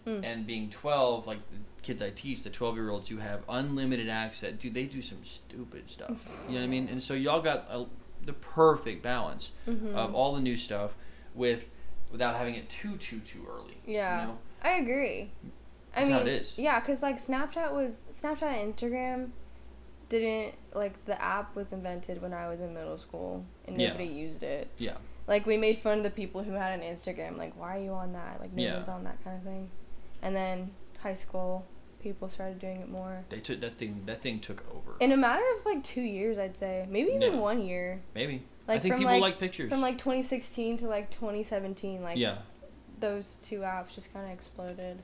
Speaker 2: Mm.
Speaker 1: and being 12 like the kids i teach the 12 year olds who have unlimited access dude they do some stupid stuff
Speaker 2: Mm-hmm.
Speaker 1: you know what i mean and so y'all got a, the perfect balance
Speaker 2: Mm-hmm.
Speaker 1: of all the new stuff with without having it too too too early
Speaker 2: Yeah.
Speaker 1: you know?
Speaker 2: I agree. I
Speaker 1: That's
Speaker 2: mean,
Speaker 1: how it is.
Speaker 2: yeah, because like Snapchat was Snapchat and Instagram didn't like the app was invented when I was in middle school and
Speaker 1: Yeah.
Speaker 2: nobody used it.
Speaker 1: Yeah.
Speaker 2: Like we made fun of the people who had an Instagram, like why are you on that? Like no
Speaker 1: Yeah.
Speaker 2: one's on that kind of thing. And then high school people started doing it more.
Speaker 1: They took that thing. That thing took over.
Speaker 2: In a matter of like two years, I'd say maybe even
Speaker 1: No.
Speaker 2: one year,
Speaker 1: Maybe.
Speaker 2: like
Speaker 1: I think
Speaker 2: from
Speaker 1: people
Speaker 2: like,
Speaker 1: like, pictures.
Speaker 2: from like 2016 to like 2017, like
Speaker 1: yeah.
Speaker 2: those two apps just kind of exploded.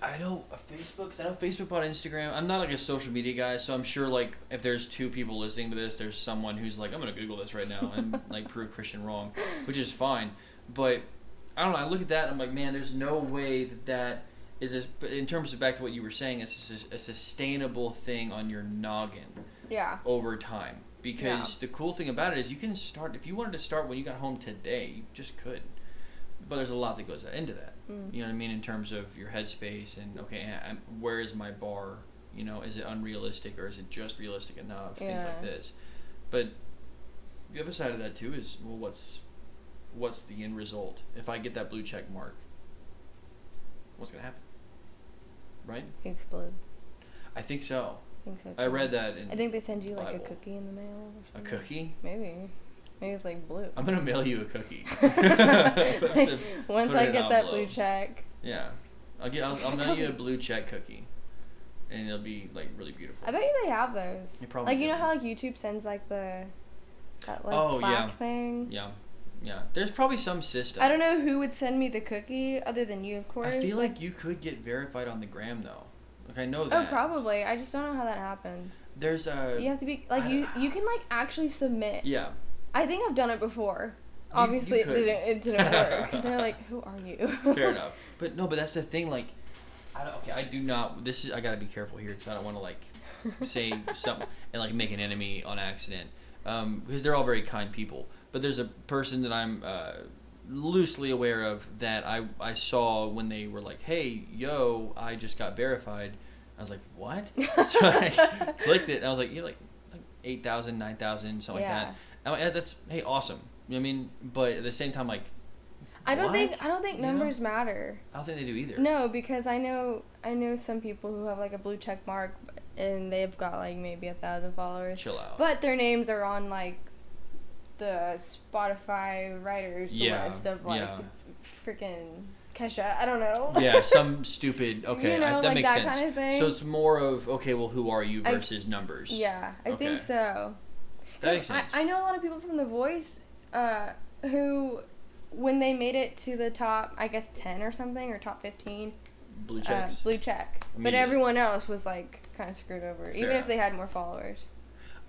Speaker 1: I know uh, Facebook. 'cause I know Facebook bought Instagram. I'm not like a social media guy, so I'm sure like if there's two people listening to this, there's someone who's like, I'm gonna Google this right now and like prove Christian wrong, which is fine. But I don't know. I look at that. and I'm like, man, there's no way that that is. A, but in terms of back to what you were saying, it's a, sus- a sustainable thing on your noggin
Speaker 2: Yeah.
Speaker 1: over time. Because the cool thing about it is you can start if you wanted to start when you got home today, you just could. But there's a lot that goes into that.
Speaker 2: Mm.
Speaker 1: You know what I mean in terms of your headspace and okay, I- I'm, where is my bar? You know, is it unrealistic or is it just realistic enough? Things like
Speaker 2: Yeah.
Speaker 1: this. But the other side of that too is well, what's what's the end result? If I get that blue check mark, what's gonna happen? Right?
Speaker 2: Explode.
Speaker 1: I think so.
Speaker 2: I think so.
Speaker 1: I
Speaker 2: too.
Speaker 1: read that in
Speaker 2: I think they send you like
Speaker 1: Bible.
Speaker 2: a cookie in the mail. Or
Speaker 1: a
Speaker 2: something.
Speaker 1: cookie.
Speaker 2: Maybe. Maybe it's like blue. *laughs*
Speaker 1: I'm gonna mail you a cookie. *laughs*
Speaker 2: Once
Speaker 1: put it
Speaker 2: I
Speaker 1: in
Speaker 2: get that blue
Speaker 1: envelope.
Speaker 2: check.
Speaker 1: yeah, I'll get. I'll, I'll mail you a blue check cookie, and it'll be like really beautiful.
Speaker 2: I bet you they have those.
Speaker 1: They probably
Speaker 2: like you know
Speaker 1: do.
Speaker 2: how like YouTube sends like the that like
Speaker 1: Oh,
Speaker 2: plaque
Speaker 1: yeah.
Speaker 2: thing.
Speaker 1: Yeah, yeah. There's probably some system.
Speaker 2: I don't know who would send me the cookie other than you, of course.
Speaker 1: I feel like you could get verified on the gram though. Like I know
Speaker 2: Oh,
Speaker 1: that.
Speaker 2: probably. I just don't know how that happens.
Speaker 1: There's a.
Speaker 2: You have to be like
Speaker 1: I-
Speaker 2: you. You can like actually submit.
Speaker 1: Yeah.
Speaker 2: I think I've done it before.
Speaker 1: You- you
Speaker 2: Obviously,
Speaker 1: could.
Speaker 2: it didn't,
Speaker 1: *laughs*
Speaker 2: it didn't work because they're like, "Who are you?"
Speaker 1: Fair
Speaker 2: *laughs*
Speaker 1: enough. But no, but that's the thing. Like, I don't. Okay, I do not. This is. I gotta be careful here because I don't want to like
Speaker 2: *laughs*
Speaker 1: say something and like make an enemy on accident. Um, because they're all very kind people. But there's a person that I'm uh, loosely aware of that I, I saw when they were like, hey, yo, I just got verified. I was like,
Speaker 2: *laughs*
Speaker 1: what? *laughs* so I clicked it and I was like, you're like, like 8,000, 9,000, something
Speaker 2: Yeah.
Speaker 1: like that. I'm like, "Yeah, that's, hey, awesome. You know what I mean? But at the same time, like,
Speaker 2: I don't
Speaker 1: What?
Speaker 2: think I don't think
Speaker 1: You know?
Speaker 2: numbers matter.
Speaker 1: I don't think they do either.
Speaker 2: No, because I know I know some people who have like a blue check mark and they've got like maybe a thousand followers,
Speaker 1: Chill out.
Speaker 2: but their names are on like the Spotify writers
Speaker 1: Yeah,
Speaker 2: list of like
Speaker 1: yeah.
Speaker 2: *laughs* freaking Kesha. I don't know.
Speaker 1: yeah, some stupid. Okay,
Speaker 2: *laughs* You know,
Speaker 1: I, that
Speaker 2: like
Speaker 1: makes
Speaker 2: that
Speaker 1: sense.
Speaker 2: kind of thing.
Speaker 1: So it's more of okay. Well, who are you
Speaker 2: I-
Speaker 1: versus numbers?
Speaker 2: yeah, I
Speaker 1: Okay.
Speaker 2: think so.
Speaker 1: that makes sense.
Speaker 2: I, I know a lot of people from The Voice uh, who, when they made it to the top, I guess ten or something or top fifteen,
Speaker 1: Blue
Speaker 2: uh,
Speaker 1: checks.
Speaker 2: blue check. But
Speaker 1: Immediately.
Speaker 2: everyone else was like kind of screwed over, even
Speaker 1: Fair.
Speaker 2: if they had more followers.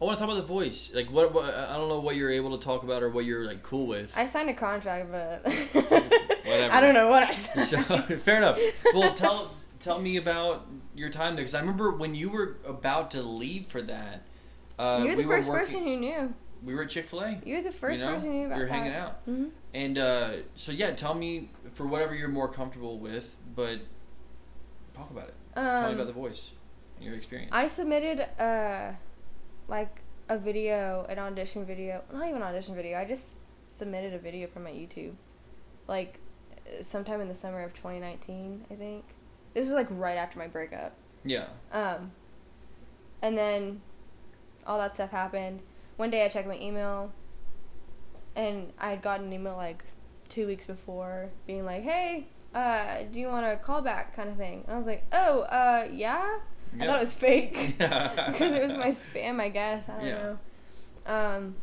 Speaker 1: I want to talk about the voice. Like, what, what? I don't know what you're able to talk about or what you're like cool with.
Speaker 2: I signed a contract, but
Speaker 1: Whatever.
Speaker 2: *laughs* I don't know
Speaker 1: *laughs*
Speaker 2: what I
Speaker 1: *laughs* so
Speaker 2: signed.
Speaker 1: fair enough. Well, tell tell me about your time there because I remember when you were about to leave for that. Uh,
Speaker 2: You're the
Speaker 1: we were
Speaker 2: first
Speaker 1: working-
Speaker 2: person who knew.
Speaker 1: We were at Chick Fil A.
Speaker 2: You're the first
Speaker 1: you know?
Speaker 2: person who knew about
Speaker 1: You're
Speaker 2: that.
Speaker 1: hanging out.
Speaker 2: hmm
Speaker 1: And uh, so yeah, tell me for whatever you're more comfortable with, but talk about it. tell me
Speaker 2: Um,
Speaker 1: about the voice, and your experience.
Speaker 2: I submitted uh like a video, an audition video, not even audition video. I just submitted a video from my YouTube, like uh, sometime in the summer of 2019, I think. This was like right after my breakup.
Speaker 1: yeah.
Speaker 2: Um, and then all that stuff happened. One day I checked my email, and I had gotten an email like two weeks before being like, "Hey, uh, do you want a callback?" kind of thing. And I was like, "Oh, uh, yeah." I thought it was fake *laughs* because it was my spam, I guess. I don't
Speaker 1: Yeah.
Speaker 2: know. Um,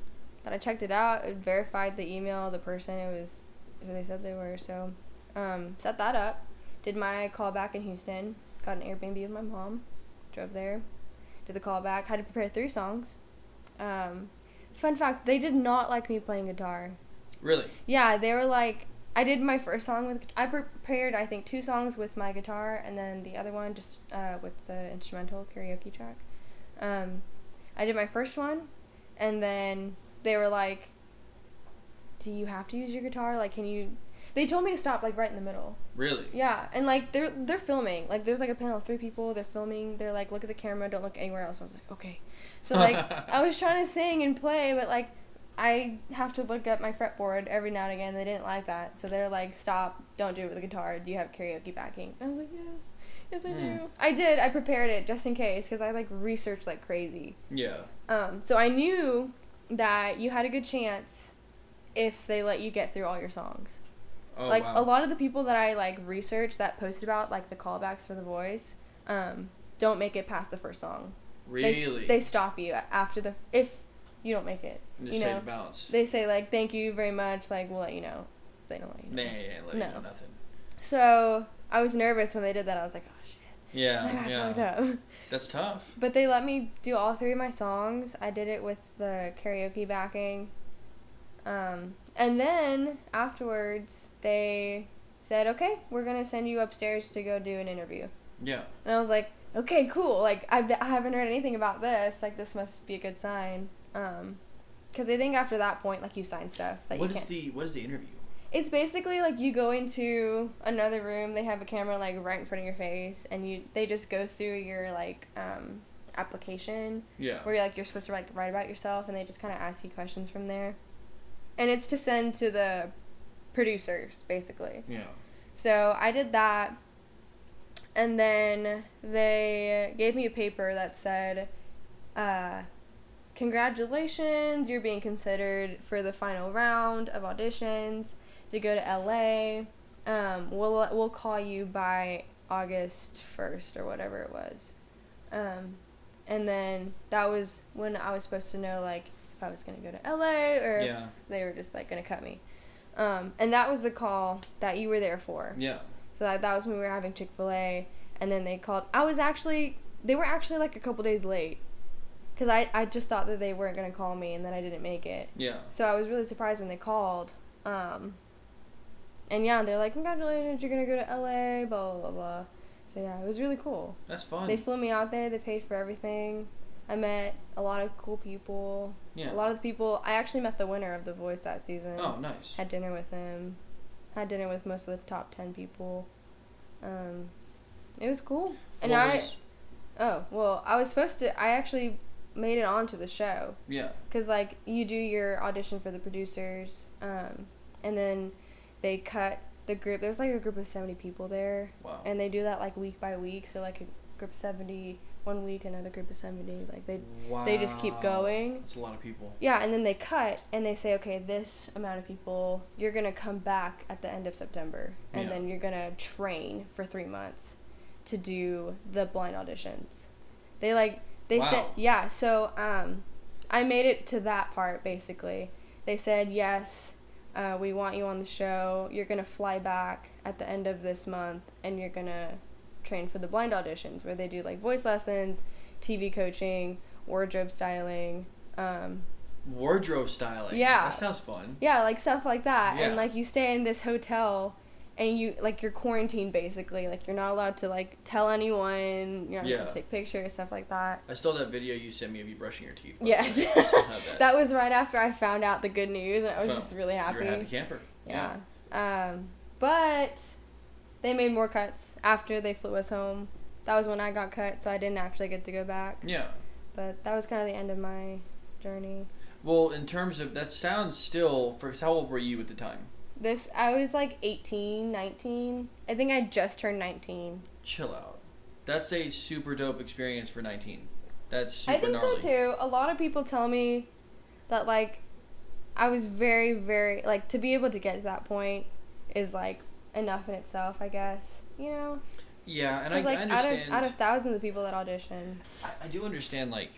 Speaker 2: but I checked it out. It verified the email, the person it was who they said they were. So, um, set that up. Did my call back in Houston. Got an Airbnb with my mom. Drove there. Did the call back. Had to prepare three songs. Um, fun fact: they did not like me playing guitar.
Speaker 1: really.
Speaker 2: Yeah, they were like, I did my first song with. I prepared, I think, two songs with my guitar, and then the other one just uh, with the instrumental karaoke track. Um, I did my first one, and then they were like, "Do you have to use your guitar? Like, can you?" They told me to stop, like right in the middle.
Speaker 1: Really?
Speaker 2: Yeah, and like they're they're filming. Like there's like a panel of three people. They're filming. They're like, look at the camera. Don't look anywhere else. I was like, okay. So like I was trying to sing and play, but like I have to look at my fretboard every now and again. They didn't like that, so they're like, stop. Don't do it with the guitar. Do you have karaoke backing? And I was like, yes, yes I
Speaker 1: Hmm.
Speaker 2: do. I did. I prepared it just in case because I like researched like crazy.
Speaker 1: Yeah.
Speaker 2: Um, so I knew that you had a good chance if they let you get through all your songs
Speaker 1: Oh
Speaker 2: like
Speaker 1: wow.
Speaker 2: a lot of the people that I like research that post about like the callbacks for the voice, um, don't make it past the first song. They s-
Speaker 1: Really.
Speaker 2: They, stop you after the if you don't make it.
Speaker 1: Just
Speaker 2: you
Speaker 1: say
Speaker 2: know,
Speaker 1: to bounce.
Speaker 2: They say like thank you very much, like we'll let you know. They don't let you
Speaker 1: Nah,
Speaker 2: know.
Speaker 1: yeah, yeah, like,
Speaker 2: No.
Speaker 1: nothing.
Speaker 2: So I was nervous when they did that. I was like, oh shit, like,
Speaker 1: Yeah,
Speaker 2: I fucked
Speaker 1: yeah.
Speaker 2: up.
Speaker 1: That's tough.
Speaker 2: But they let me do all three of my songs. I did it with the karaoke backing. Um, and then afterwards, they said, okay, we're going to send you upstairs to go do an interview.
Speaker 1: Yeah.
Speaker 2: And I was like, okay, cool. Like, I've, I haven't heard anything about this. Like, this must be a good sign. Um 'cause because I think after that point, like, you sign stuff that
Speaker 1: What
Speaker 2: you
Speaker 1: is
Speaker 2: can't.
Speaker 1: the what is the interview?
Speaker 2: It's basically like you go into another room, they have a camera like right in front of your face, and you they just go through your like um, application
Speaker 1: Yeah.
Speaker 2: where you're like you're supposed to like write about yourself and they just kind of ask you questions from there and it's to send to the producers basically
Speaker 1: Yeah.
Speaker 2: so i did that and then they gave me a paper that said uh, congratulations you're being considered for the final round of auditions to go to la um, we'll, we'll call you by august 1st or whatever it was um, and then that was when I was supposed to know like if I was gonna go to LA or
Speaker 1: Yeah.
Speaker 2: if they were just like gonna cut me. Um, and that was the call that you were there for.
Speaker 1: Yeah.
Speaker 2: So that, that was when we were having Chick Fil A, and then they called. I was actually they were actually like a couple days late, cause I I just thought that they weren't gonna call me and then I didn't make it.
Speaker 1: Yeah.
Speaker 2: So I was really surprised when they called. Um, and yeah, they're like congratulations, you're gonna go to LA, blah blah blah. blah. So yeah, it was really cool.
Speaker 1: That's fun.
Speaker 2: They flew me out there. They paid for everything. I met a lot of cool people.
Speaker 1: Yeah.
Speaker 2: A lot of the people I actually met the winner of The Voice that season.
Speaker 1: Oh, nice.
Speaker 2: Had dinner with him. Had dinner with most of the top ten people. Um, it was cool. And
Speaker 1: What
Speaker 2: I
Speaker 1: was-
Speaker 2: oh well I was supposed to I actually made it onto the show
Speaker 1: yeah.
Speaker 2: because like you do your audition for the producers um, and then they cut the group there's like a group of 70 people there
Speaker 1: Wow.
Speaker 2: and they do that like week by week so like a group of 70 one week another group of 70 like they
Speaker 1: wow.
Speaker 2: they just keep going.
Speaker 1: That's a lot of people.
Speaker 2: yeah and then they cut and they say okay this amount of people you're gonna come back at the end of september and
Speaker 1: Yeah.
Speaker 2: then you're gonna train for three months to do the blind auditions they like they said
Speaker 1: Wow.
Speaker 2: yeah so um i made it to that part basically they said yes uh, we want you on the show you're gonna fly back at the end of this month and you're gonna train for the blind auditions where they do like voice lessons tv coaching wardrobe styling um,
Speaker 1: Wardrobe styling.
Speaker 2: Yeah.
Speaker 1: That sounds fun.
Speaker 2: yeah, like stuff like that.
Speaker 1: Yeah.
Speaker 2: And like you stay in this hotel and you like you're quarantined basically. Like you're not allowed to like tell anyone, you're not allowed
Speaker 1: Yeah.
Speaker 2: to take pictures, stuff like that.
Speaker 1: I still have that video you sent me of you brushing your teeth. by the
Speaker 2: Yes.
Speaker 1: way. I still
Speaker 2: *laughs*
Speaker 1: have that.
Speaker 2: that was right after I found out the good news and I was
Speaker 1: Well,
Speaker 2: just really happy.
Speaker 1: You're a happy camper.
Speaker 2: yeah. Um but they made more cuts after they flew us home. That was when I got cut, so I didn't actually get to go back.
Speaker 1: Yeah.
Speaker 2: But that was kind of the end of my journey.
Speaker 1: Well, in terms of that sounds still for 'cause how old were you at the time?
Speaker 2: This I was like 18, 19. I think I just turned 19.
Speaker 1: Chill out. That's a super dope experience for 19. That's super
Speaker 2: I think
Speaker 1: gnarly.
Speaker 2: so too. A lot of people tell me that like I was very very like to be able to get to that point is like enough in itself, I guess. You know,
Speaker 1: Yeah, and I,
Speaker 2: 'Cause, like
Speaker 1: I
Speaker 2: out
Speaker 1: understand.
Speaker 2: of out of thousands of people that audition,
Speaker 1: I, I do understand like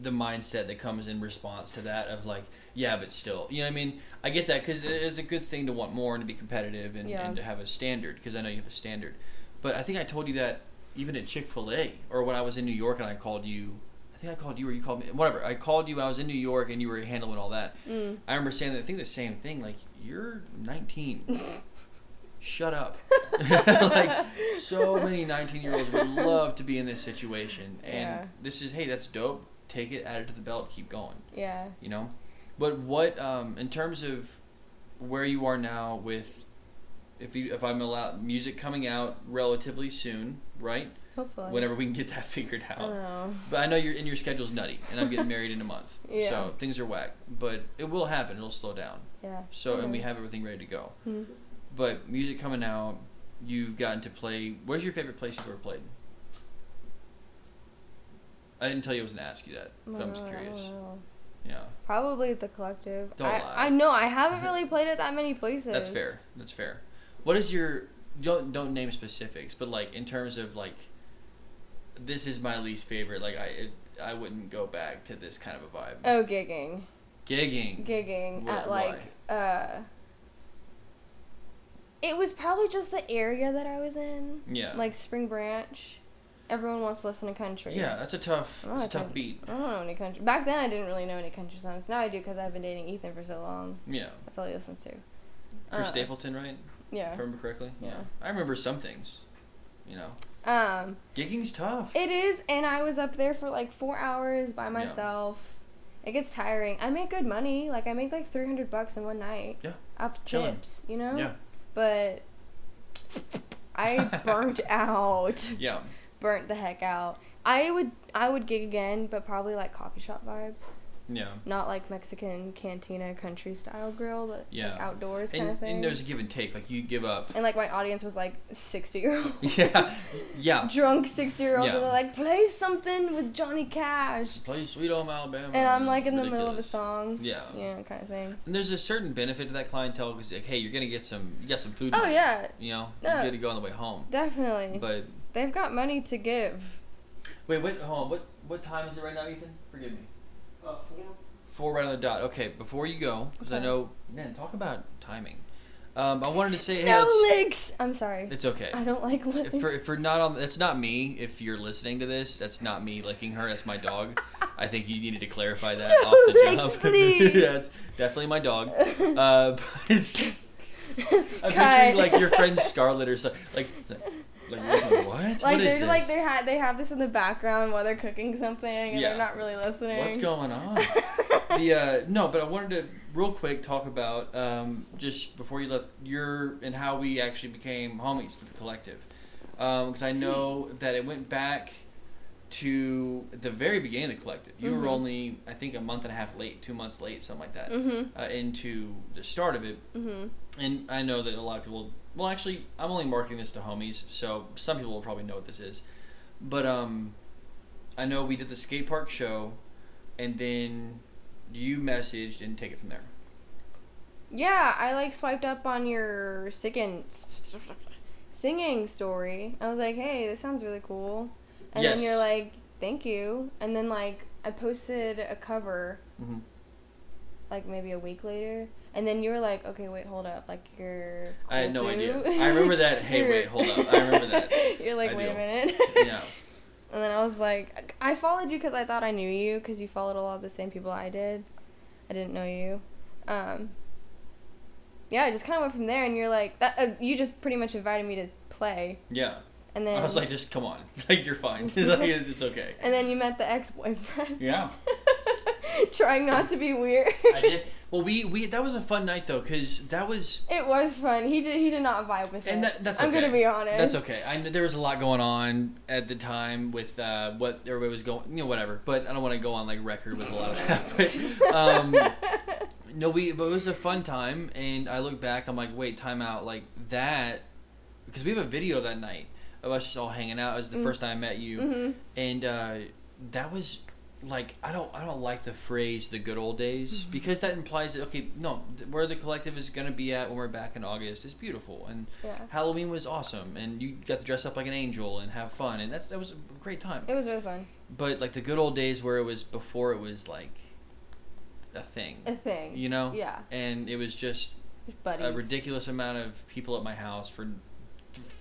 Speaker 1: the mindset that comes in response to that of like yeah but still you know what i mean i get that because it is a good thing to want more and to be competitive and,
Speaker 2: Yeah.
Speaker 1: and to have a standard because i know you have a standard but i think i told you that even at chick-fil-a or when i was in new york and i called you i think i called you or you called me whatever i called you when i was in new york and you were handling all that
Speaker 2: mm.
Speaker 1: i remember saying i think the same thing like you're 19 shut up like so many 19 year olds would love to be in this situation and
Speaker 2: Yeah.
Speaker 1: this is hey that's dope take it add it to the belt keep going
Speaker 2: yeah.
Speaker 1: you know but what um, in terms of where you are now with if you if i'm allowed music coming out relatively soon right
Speaker 2: Hopefully.
Speaker 1: whenever we can get that figured
Speaker 2: I
Speaker 1: out
Speaker 2: don't know.
Speaker 1: but i know your in your schedule's nutty and i'm getting married in a month
Speaker 2: *laughs* Yeah.
Speaker 1: so things are whack but it will happen it'll slow down
Speaker 2: Yeah.
Speaker 1: so and we
Speaker 2: Mhm.
Speaker 1: have everything ready to go
Speaker 2: Mhm.
Speaker 1: but music coming out, you've gotten to play. Where's your favorite place you've ever played? I didn't tell you I was gonna ask you that, but I'm just
Speaker 2: Uh, I don't
Speaker 1: curious.
Speaker 2: know.
Speaker 1: Yeah,
Speaker 2: Probably the collective.
Speaker 1: Don't
Speaker 2: I,
Speaker 1: lie.
Speaker 2: I know
Speaker 1: *laughs*
Speaker 2: I haven't really played at that many places.
Speaker 1: that's fair. That's fair. What is your don't don't name specifics, but like in terms of like, this is my least favorite. Like I it, I wouldn't go back to this kind of a vibe.
Speaker 2: Oh, gigging.
Speaker 1: Gigging.
Speaker 2: gigging
Speaker 1: Wh-
Speaker 2: at like uh it was probably just the area that I was in.
Speaker 1: Yeah.
Speaker 2: Like Spring Branch. Everyone wants to listen to country.
Speaker 1: Yeah, that's a tough.
Speaker 2: I don't
Speaker 1: That's a
Speaker 2: like
Speaker 1: tough
Speaker 2: country.
Speaker 1: beat.
Speaker 2: I don't know any country. Back then I didn't really know any country songs. Now I do cuz I've been dating Ethan for so long.
Speaker 1: Yeah,
Speaker 2: That's all he listens to.
Speaker 1: Chris
Speaker 2: Uh,
Speaker 1: Stapleton, right?
Speaker 2: Yeah.
Speaker 1: If I remember correctly.
Speaker 2: Yeah.
Speaker 1: I remember some things. You know,
Speaker 2: Um
Speaker 1: gigging's tough.
Speaker 2: it is and I was up there for like 4 hours by
Speaker 1: Yeah.
Speaker 2: myself. It gets tiring. I make good money. Like I make like 300 bucks in one night.
Speaker 1: Yeah.
Speaker 2: Off
Speaker 1: Chilling.
Speaker 2: tips, you know?
Speaker 1: yeah.
Speaker 2: but
Speaker 1: *laughs*
Speaker 2: I burnt out.
Speaker 1: Yeah.
Speaker 2: Burnt the heck out. I would I would gig again, but probably like coffee shop vibes,
Speaker 1: Yeah.
Speaker 2: not like Mexican cantina country style grill, but
Speaker 1: Yeah.
Speaker 2: like outdoors kind
Speaker 1: And,
Speaker 2: of thing.
Speaker 1: and there's a give and take. Like you give
Speaker 2: *laughs*
Speaker 1: up. *laughs*
Speaker 2: And, like my audience was like sixty year old.
Speaker 1: yeah. Yeah.
Speaker 2: *laughs* Drunk sixty year olds
Speaker 1: Yeah.
Speaker 2: and they're like, play something with Johnny Cash,
Speaker 1: Play Sweet Home Alabama.
Speaker 2: and I'm like in the middle of a
Speaker 1: Ridiculous.
Speaker 2: song.
Speaker 1: Yeah.
Speaker 2: Yeah, kind of thing.
Speaker 1: And there's a certain benefit to that clientele because like, hey, you're gonna get some. You got some food.
Speaker 2: Oh
Speaker 1: money,
Speaker 2: yeah,
Speaker 1: You know,
Speaker 2: No.
Speaker 1: you're good to go on the way home.
Speaker 2: definitely.
Speaker 1: But
Speaker 2: They've got money to give.
Speaker 1: wait, wait, hold on. What what time is it right now, Ethan? Forgive me.
Speaker 3: Uh, four.
Speaker 1: Four right on the dot. Okay, before you go, because I
Speaker 2: Okay.
Speaker 1: know, man, talk about timing. Um, I wanted to say, hey,
Speaker 2: no
Speaker 1: let's-
Speaker 2: licks. I'm sorry.
Speaker 1: it's okay.
Speaker 2: I don't like licks.
Speaker 1: If for, if for not on, that's not me. If you're listening to this, that's not me licking her. That's my dog. I think you needed to clarify that
Speaker 2: No,
Speaker 1: off the
Speaker 2: thanks,
Speaker 1: jump. *laughs*
Speaker 2: please.
Speaker 1: yeah, it's definitely my dog. Uh, *laughs* but
Speaker 2: *laughs*
Speaker 1: it's, I'm
Speaker 2: Cut.
Speaker 1: picturing like your friend Scarlett or something. Like, like, like, what? What?
Speaker 2: Like
Speaker 1: What is
Speaker 2: they're like
Speaker 1: this?
Speaker 2: they ha- they have this in the background while they're cooking something and
Speaker 1: Yeah.
Speaker 2: they're not really listening.
Speaker 1: What's going on? the uh, no, but I wanted to real quick talk about um, just before you left your and how we actually became homies through the collective because I know that it went back to the very beginning of the collective. You were
Speaker 2: Mhm.
Speaker 1: only I think a month and a half late, two months late, something like that,
Speaker 2: Mhm.
Speaker 1: uh, into the start of it.
Speaker 2: Mhm.
Speaker 1: And I know that a lot of people. Well, actually, I'm only marketing this to homies, so some people will probably know what this is. But um, I know we did the skate park show, and then you messaged and take it from there.
Speaker 2: Yeah, I like swiped up on your singing singing story. I was like, "Hey, this sounds really cool." And
Speaker 1: Yes.
Speaker 2: then you're like, "Thank you." And then like I posted a cover
Speaker 1: Mm-hmm.
Speaker 2: like maybe a week later. And then you were like, okay, wait, hold up. Like, you're.
Speaker 1: I had
Speaker 2: cool
Speaker 1: no idea.
Speaker 2: too?
Speaker 1: I remember
Speaker 2: *laughs*
Speaker 1: that, "Hey,
Speaker 2: You're-
Speaker 1: wait, hold up." I remember that.
Speaker 2: *laughs* you're like,
Speaker 1: I
Speaker 2: wait
Speaker 1: do.
Speaker 2: a minute.
Speaker 1: Yeah,
Speaker 2: And then I was like, I followed you because I thought I knew you because you followed a lot of the same people I did. I didn't know you. Um, yeah, I just kind of went from there. And you're like, that, uh, you just pretty much invited me to play.
Speaker 1: yeah.
Speaker 2: And then.
Speaker 1: I was like, just come on, *laughs* like you're fine, like, it's it's okay.
Speaker 2: And then you met the ex boyfriend.
Speaker 1: Yeah.
Speaker 2: *laughs* Trying not to be weird. *laughs*
Speaker 1: I did. Well, we we that was a fun night though, cause that was
Speaker 2: It was fun. He did. He did not vibe with
Speaker 1: And
Speaker 2: it.
Speaker 1: that- that's
Speaker 2: I'm
Speaker 1: okay.
Speaker 2: gonna be honest.
Speaker 1: That's okay. I kn- there was a lot going on at the time with uh, what everybody was going, you know, whatever. But I don't want to go on like record with a lot of that. But, um, no, we. But it was a fun time, and I look back. I'm like, wait, time out. Like that, because we have a video that night of us just all hanging out. It was the
Speaker 2: Mm.
Speaker 1: first time I met you,
Speaker 2: Mhm.
Speaker 1: and uh, that was like I don't I don't like the phrase the good old days because that implies that okay, no, th- where the collective is gonna be at when we're back in August is beautiful and.
Speaker 2: Yeah.
Speaker 1: Halloween was awesome, and you got to dress up like an angel and have fun, and that's, that was a great time.
Speaker 2: It was really fun.
Speaker 1: But like the good old days where it was before it was like a thing,
Speaker 2: A thing.
Speaker 1: you know,
Speaker 2: Yeah.
Speaker 1: and it was just
Speaker 2: Buddies.
Speaker 1: a ridiculous amount of people at my house for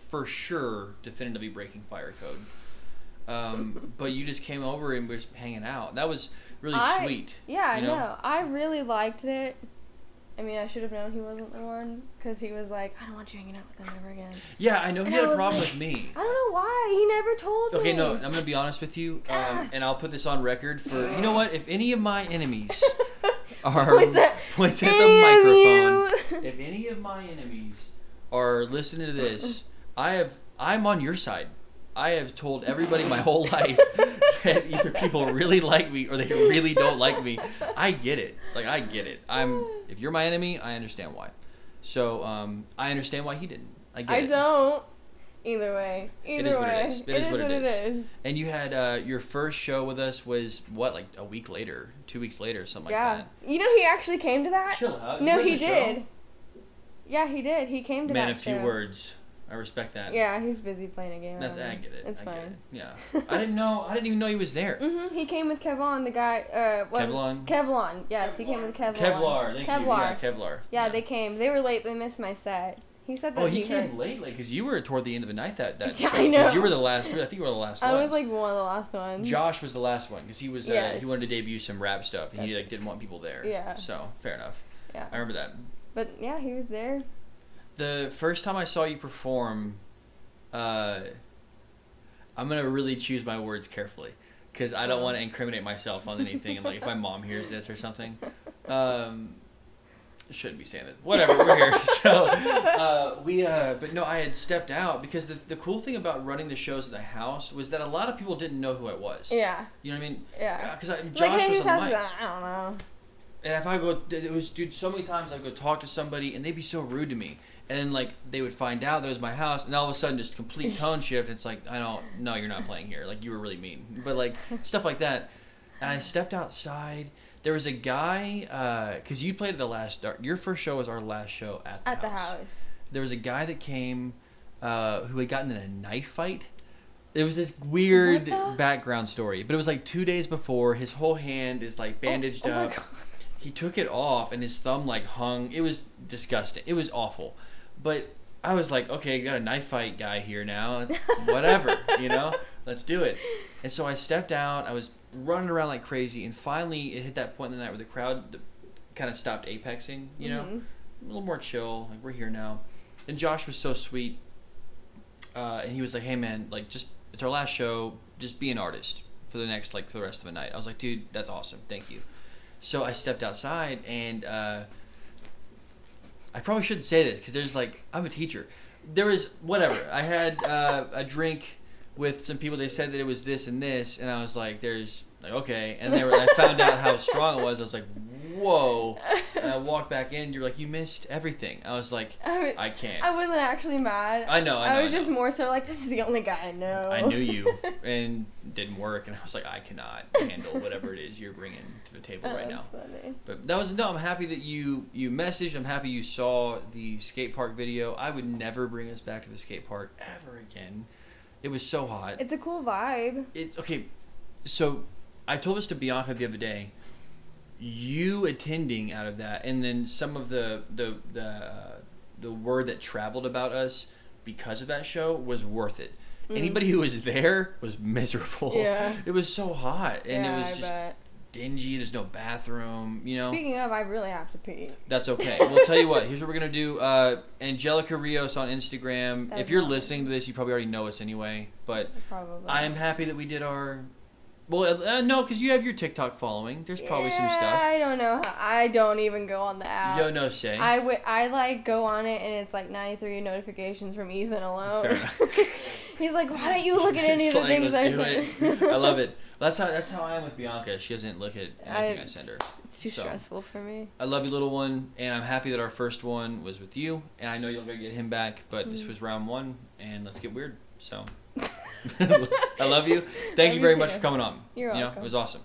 Speaker 1: for sure definitively breaking fire code.
Speaker 2: *laughs*
Speaker 1: Um, but you just came over and we were just hanging out. That was really
Speaker 2: I-
Speaker 1: sweet.
Speaker 2: Yeah, I
Speaker 1: you
Speaker 2: know.
Speaker 1: know?
Speaker 2: I really liked it. I mean, I should have known he wasn't the one because he was like, I don't want you hanging out with them ever again.
Speaker 1: Yeah, I know he
Speaker 2: And
Speaker 1: had
Speaker 2: I
Speaker 1: a
Speaker 2: was
Speaker 1: problem
Speaker 2: like-
Speaker 1: with me.
Speaker 2: I don't know why. He never told me.
Speaker 1: Okay, no,
Speaker 2: *laughs*
Speaker 1: I'm gonna be honest with you, um,
Speaker 2: Ah.
Speaker 1: and I'll put this on record for you know what? If any of my
Speaker 2: *laughs*
Speaker 1: enemies are
Speaker 2: Points at-
Speaker 1: *laughs* points at
Speaker 2: Any
Speaker 1: the
Speaker 2: of
Speaker 1: microphone,
Speaker 2: you.
Speaker 1: if any of my enemies are listening to
Speaker 2: *laughs*
Speaker 1: this, I have I'm on your side. I have told everybody my
Speaker 2: *laughs*
Speaker 1: whole life that either people really like me or they really don't like me. I get it. Like I get it. I'm if you're my enemy, I understand why. So um, I understand why he didn't. I get
Speaker 2: I
Speaker 1: it.
Speaker 2: don't. Either way. Either
Speaker 1: is what it
Speaker 2: way.
Speaker 1: is. It is what it is. And you had uh, your first show with us was what like a week later, two weeks later, something
Speaker 2: yeah.
Speaker 1: like
Speaker 2: You know, he actually came to
Speaker 1: that.
Speaker 2: that?
Speaker 1: Chill out.
Speaker 2: no, he did. Yeah, he did. He came to
Speaker 1: Man,
Speaker 2: that
Speaker 1: a few
Speaker 2: show.
Speaker 1: words. I respect that.
Speaker 2: Yeah, he's busy playing a game. I
Speaker 1: That's,
Speaker 2: don't
Speaker 1: I
Speaker 2: know.
Speaker 1: get it.
Speaker 2: It's
Speaker 1: I Get it.
Speaker 2: fine.
Speaker 1: Yeah. I didn't know. I didn't even know he was there.
Speaker 2: *laughs* Mm-hmm. He came with Kevon, the guy. Uh, what
Speaker 1: Kevlon?
Speaker 2: Kevlon. Yes, he came
Speaker 3: Kevlar.
Speaker 2: with Kevlon.
Speaker 1: Kevlar. Thank you. Yeah,
Speaker 2: Kevlar.
Speaker 1: Kevlar.
Speaker 2: Yeah, they came. They were late. They missed my set. He said that
Speaker 1: Oh, he
Speaker 2: he
Speaker 1: came
Speaker 2: heard-
Speaker 1: late, like, cause you were toward the end of the night that that.
Speaker 2: *laughs* Yeah,
Speaker 1: show,
Speaker 2: I
Speaker 1: 'cause
Speaker 2: know.
Speaker 1: You were the last. I think you were the last.
Speaker 2: I
Speaker 1: ones.
Speaker 2: was like one of the last ones.
Speaker 1: Josh was the last one, cause he was uh,
Speaker 2: Yes.
Speaker 1: he wanted to debut some rap stuff, and he
Speaker 2: That's-
Speaker 1: like didn't want people there.
Speaker 2: Yeah.
Speaker 1: So fair enough.
Speaker 2: Yeah.
Speaker 1: I remember that.
Speaker 2: But yeah, he was there.
Speaker 1: The first time I saw you perform, uh, I'm gonna really choose my words carefully because I don't want
Speaker 2: Oh.
Speaker 1: to incriminate myself on anything. And like, if my mom hears this or something, um, shouldn't be saying this. Whatever, we're here. *laughs* So uh, we, uh, but no, I had stepped out because the the cool thing about running the shows at the house was that a lot of people didn't know who I was.
Speaker 2: Yeah.
Speaker 1: You know what I mean?
Speaker 2: Yeah.
Speaker 1: Because I Josh
Speaker 2: like hey,
Speaker 1: was
Speaker 2: whose
Speaker 1: on
Speaker 2: house
Speaker 1: mic.
Speaker 2: is that? I don't know.
Speaker 1: And if I go, it was dude. So many times I'd go talk to somebody, and they'd be so rude to me. And then like they would find out that it was my house, and all of a sudden just
Speaker 2: *laughs*
Speaker 1: complete tone shift. It's like I don't, no, you're not playing here. Like you were really mean, but like stuff like that. And I stepped outside. There was a guy because you played at the last. our- Your first show was our last show at the
Speaker 2: At the
Speaker 1: house.
Speaker 2: house.
Speaker 1: There was a guy that came uh, who had gotten in a knife fight. It was this weird
Speaker 2: the-
Speaker 1: background story, but it was like two days before. His whole hand is like bandaged
Speaker 2: oh,
Speaker 1: up
Speaker 2: Oh my God.
Speaker 1: he took it off and his thumb like hung it was disgusting it was awful but i was like okay got a knife fight guy here now whatever you know let's do it and so i stepped out i was running around like crazy and finally it hit that point in the night where the crowd kind of stopped apexing
Speaker 2: *laughs*
Speaker 1: you know
Speaker 2: Mhm.
Speaker 1: a little more chill like we're here now and josh was so sweet uh, and he was like, "Hey man, like just it's our last show. Just be an artist for the next like for the rest of the night." I was like, "Dude, that's awesome. Thank you." So I stepped outside and uh, I probably shouldn't say this because there's like I'm a teacher. There was whatever I had uh, a drink with some people. They said that it was this and this, and I was like, "There's like okay," and they were. I found out how strong it was. I was like, "Whoa!" And I walked back in. You're like, "You missed everything." I was like,
Speaker 2: I, was,
Speaker 1: "I can't."
Speaker 2: I wasn't actually mad.
Speaker 1: I know. I, know,
Speaker 2: I was
Speaker 1: I know.
Speaker 2: just more so like, this is the only guy I know.
Speaker 1: I knew
Speaker 2: *laughs*
Speaker 1: you and it didn't work, and I was like, I cannot handle whatever it is you're bringing to the table
Speaker 2: Oh,
Speaker 1: right now.
Speaker 2: that's funny.
Speaker 1: But that was no. I'm happy that you you messaged. I'm happy you saw the skate park video. I would never bring us back to the skate park ever again. It was so hot.
Speaker 2: It's a cool vibe.
Speaker 1: It's okay. So I told this to Bianca the other day. You attending out of that, and then some of the the the uh, the word that traveled about us because of that show was worth it. Anybody who was there was miserable.
Speaker 2: Mm. Yeah.
Speaker 1: It was so hot, and
Speaker 2: yeah,
Speaker 1: it was
Speaker 2: I
Speaker 1: just
Speaker 2: bet.
Speaker 1: dingy. There's no bathroom. You know.
Speaker 2: Speaking of, I really have to pee.
Speaker 1: That's okay. We'll tell you what. Here's what we're gonna do. Uh, Angelica Rios on Instagram.
Speaker 2: That
Speaker 1: if
Speaker 2: is
Speaker 1: you're
Speaker 2: not-
Speaker 1: listening to this, you probably already know us anyway. But
Speaker 2: Probably.
Speaker 1: I am happy that we did our. Well, uh, no, because you have your TikTok following. There's probably some stuff.
Speaker 2: I don't know. How, I don't even go on the app.
Speaker 1: Yo, no eh? say.
Speaker 2: I, w- I like go on it and it's like 93 notifications from Ethan alone.
Speaker 1: Fair enough.
Speaker 2: *laughs* He's like, why don't you look at any of the
Speaker 1: Slang,
Speaker 2: things I
Speaker 1: let's do
Speaker 2: said?
Speaker 1: it. *laughs* I
Speaker 2: *laughs*
Speaker 1: love it. That's how that's how I am with Bianca. She doesn't look at anything I, send her.
Speaker 2: It's too
Speaker 1: So.
Speaker 2: stressful for
Speaker 1: *laughs*
Speaker 2: me.
Speaker 1: I love you, little one, and I'm happy that our first one was with you. And I know you'll go get him back, but
Speaker 2: Mm.
Speaker 1: this was round one, and let's
Speaker 2: *laughs*
Speaker 1: get weird. So *laughs* I love you. Thank
Speaker 2: Love
Speaker 1: you
Speaker 2: you
Speaker 1: very much
Speaker 2: too.
Speaker 1: for coming on.
Speaker 2: You're
Speaker 1: You know,
Speaker 2: welcome.
Speaker 1: it was awesome.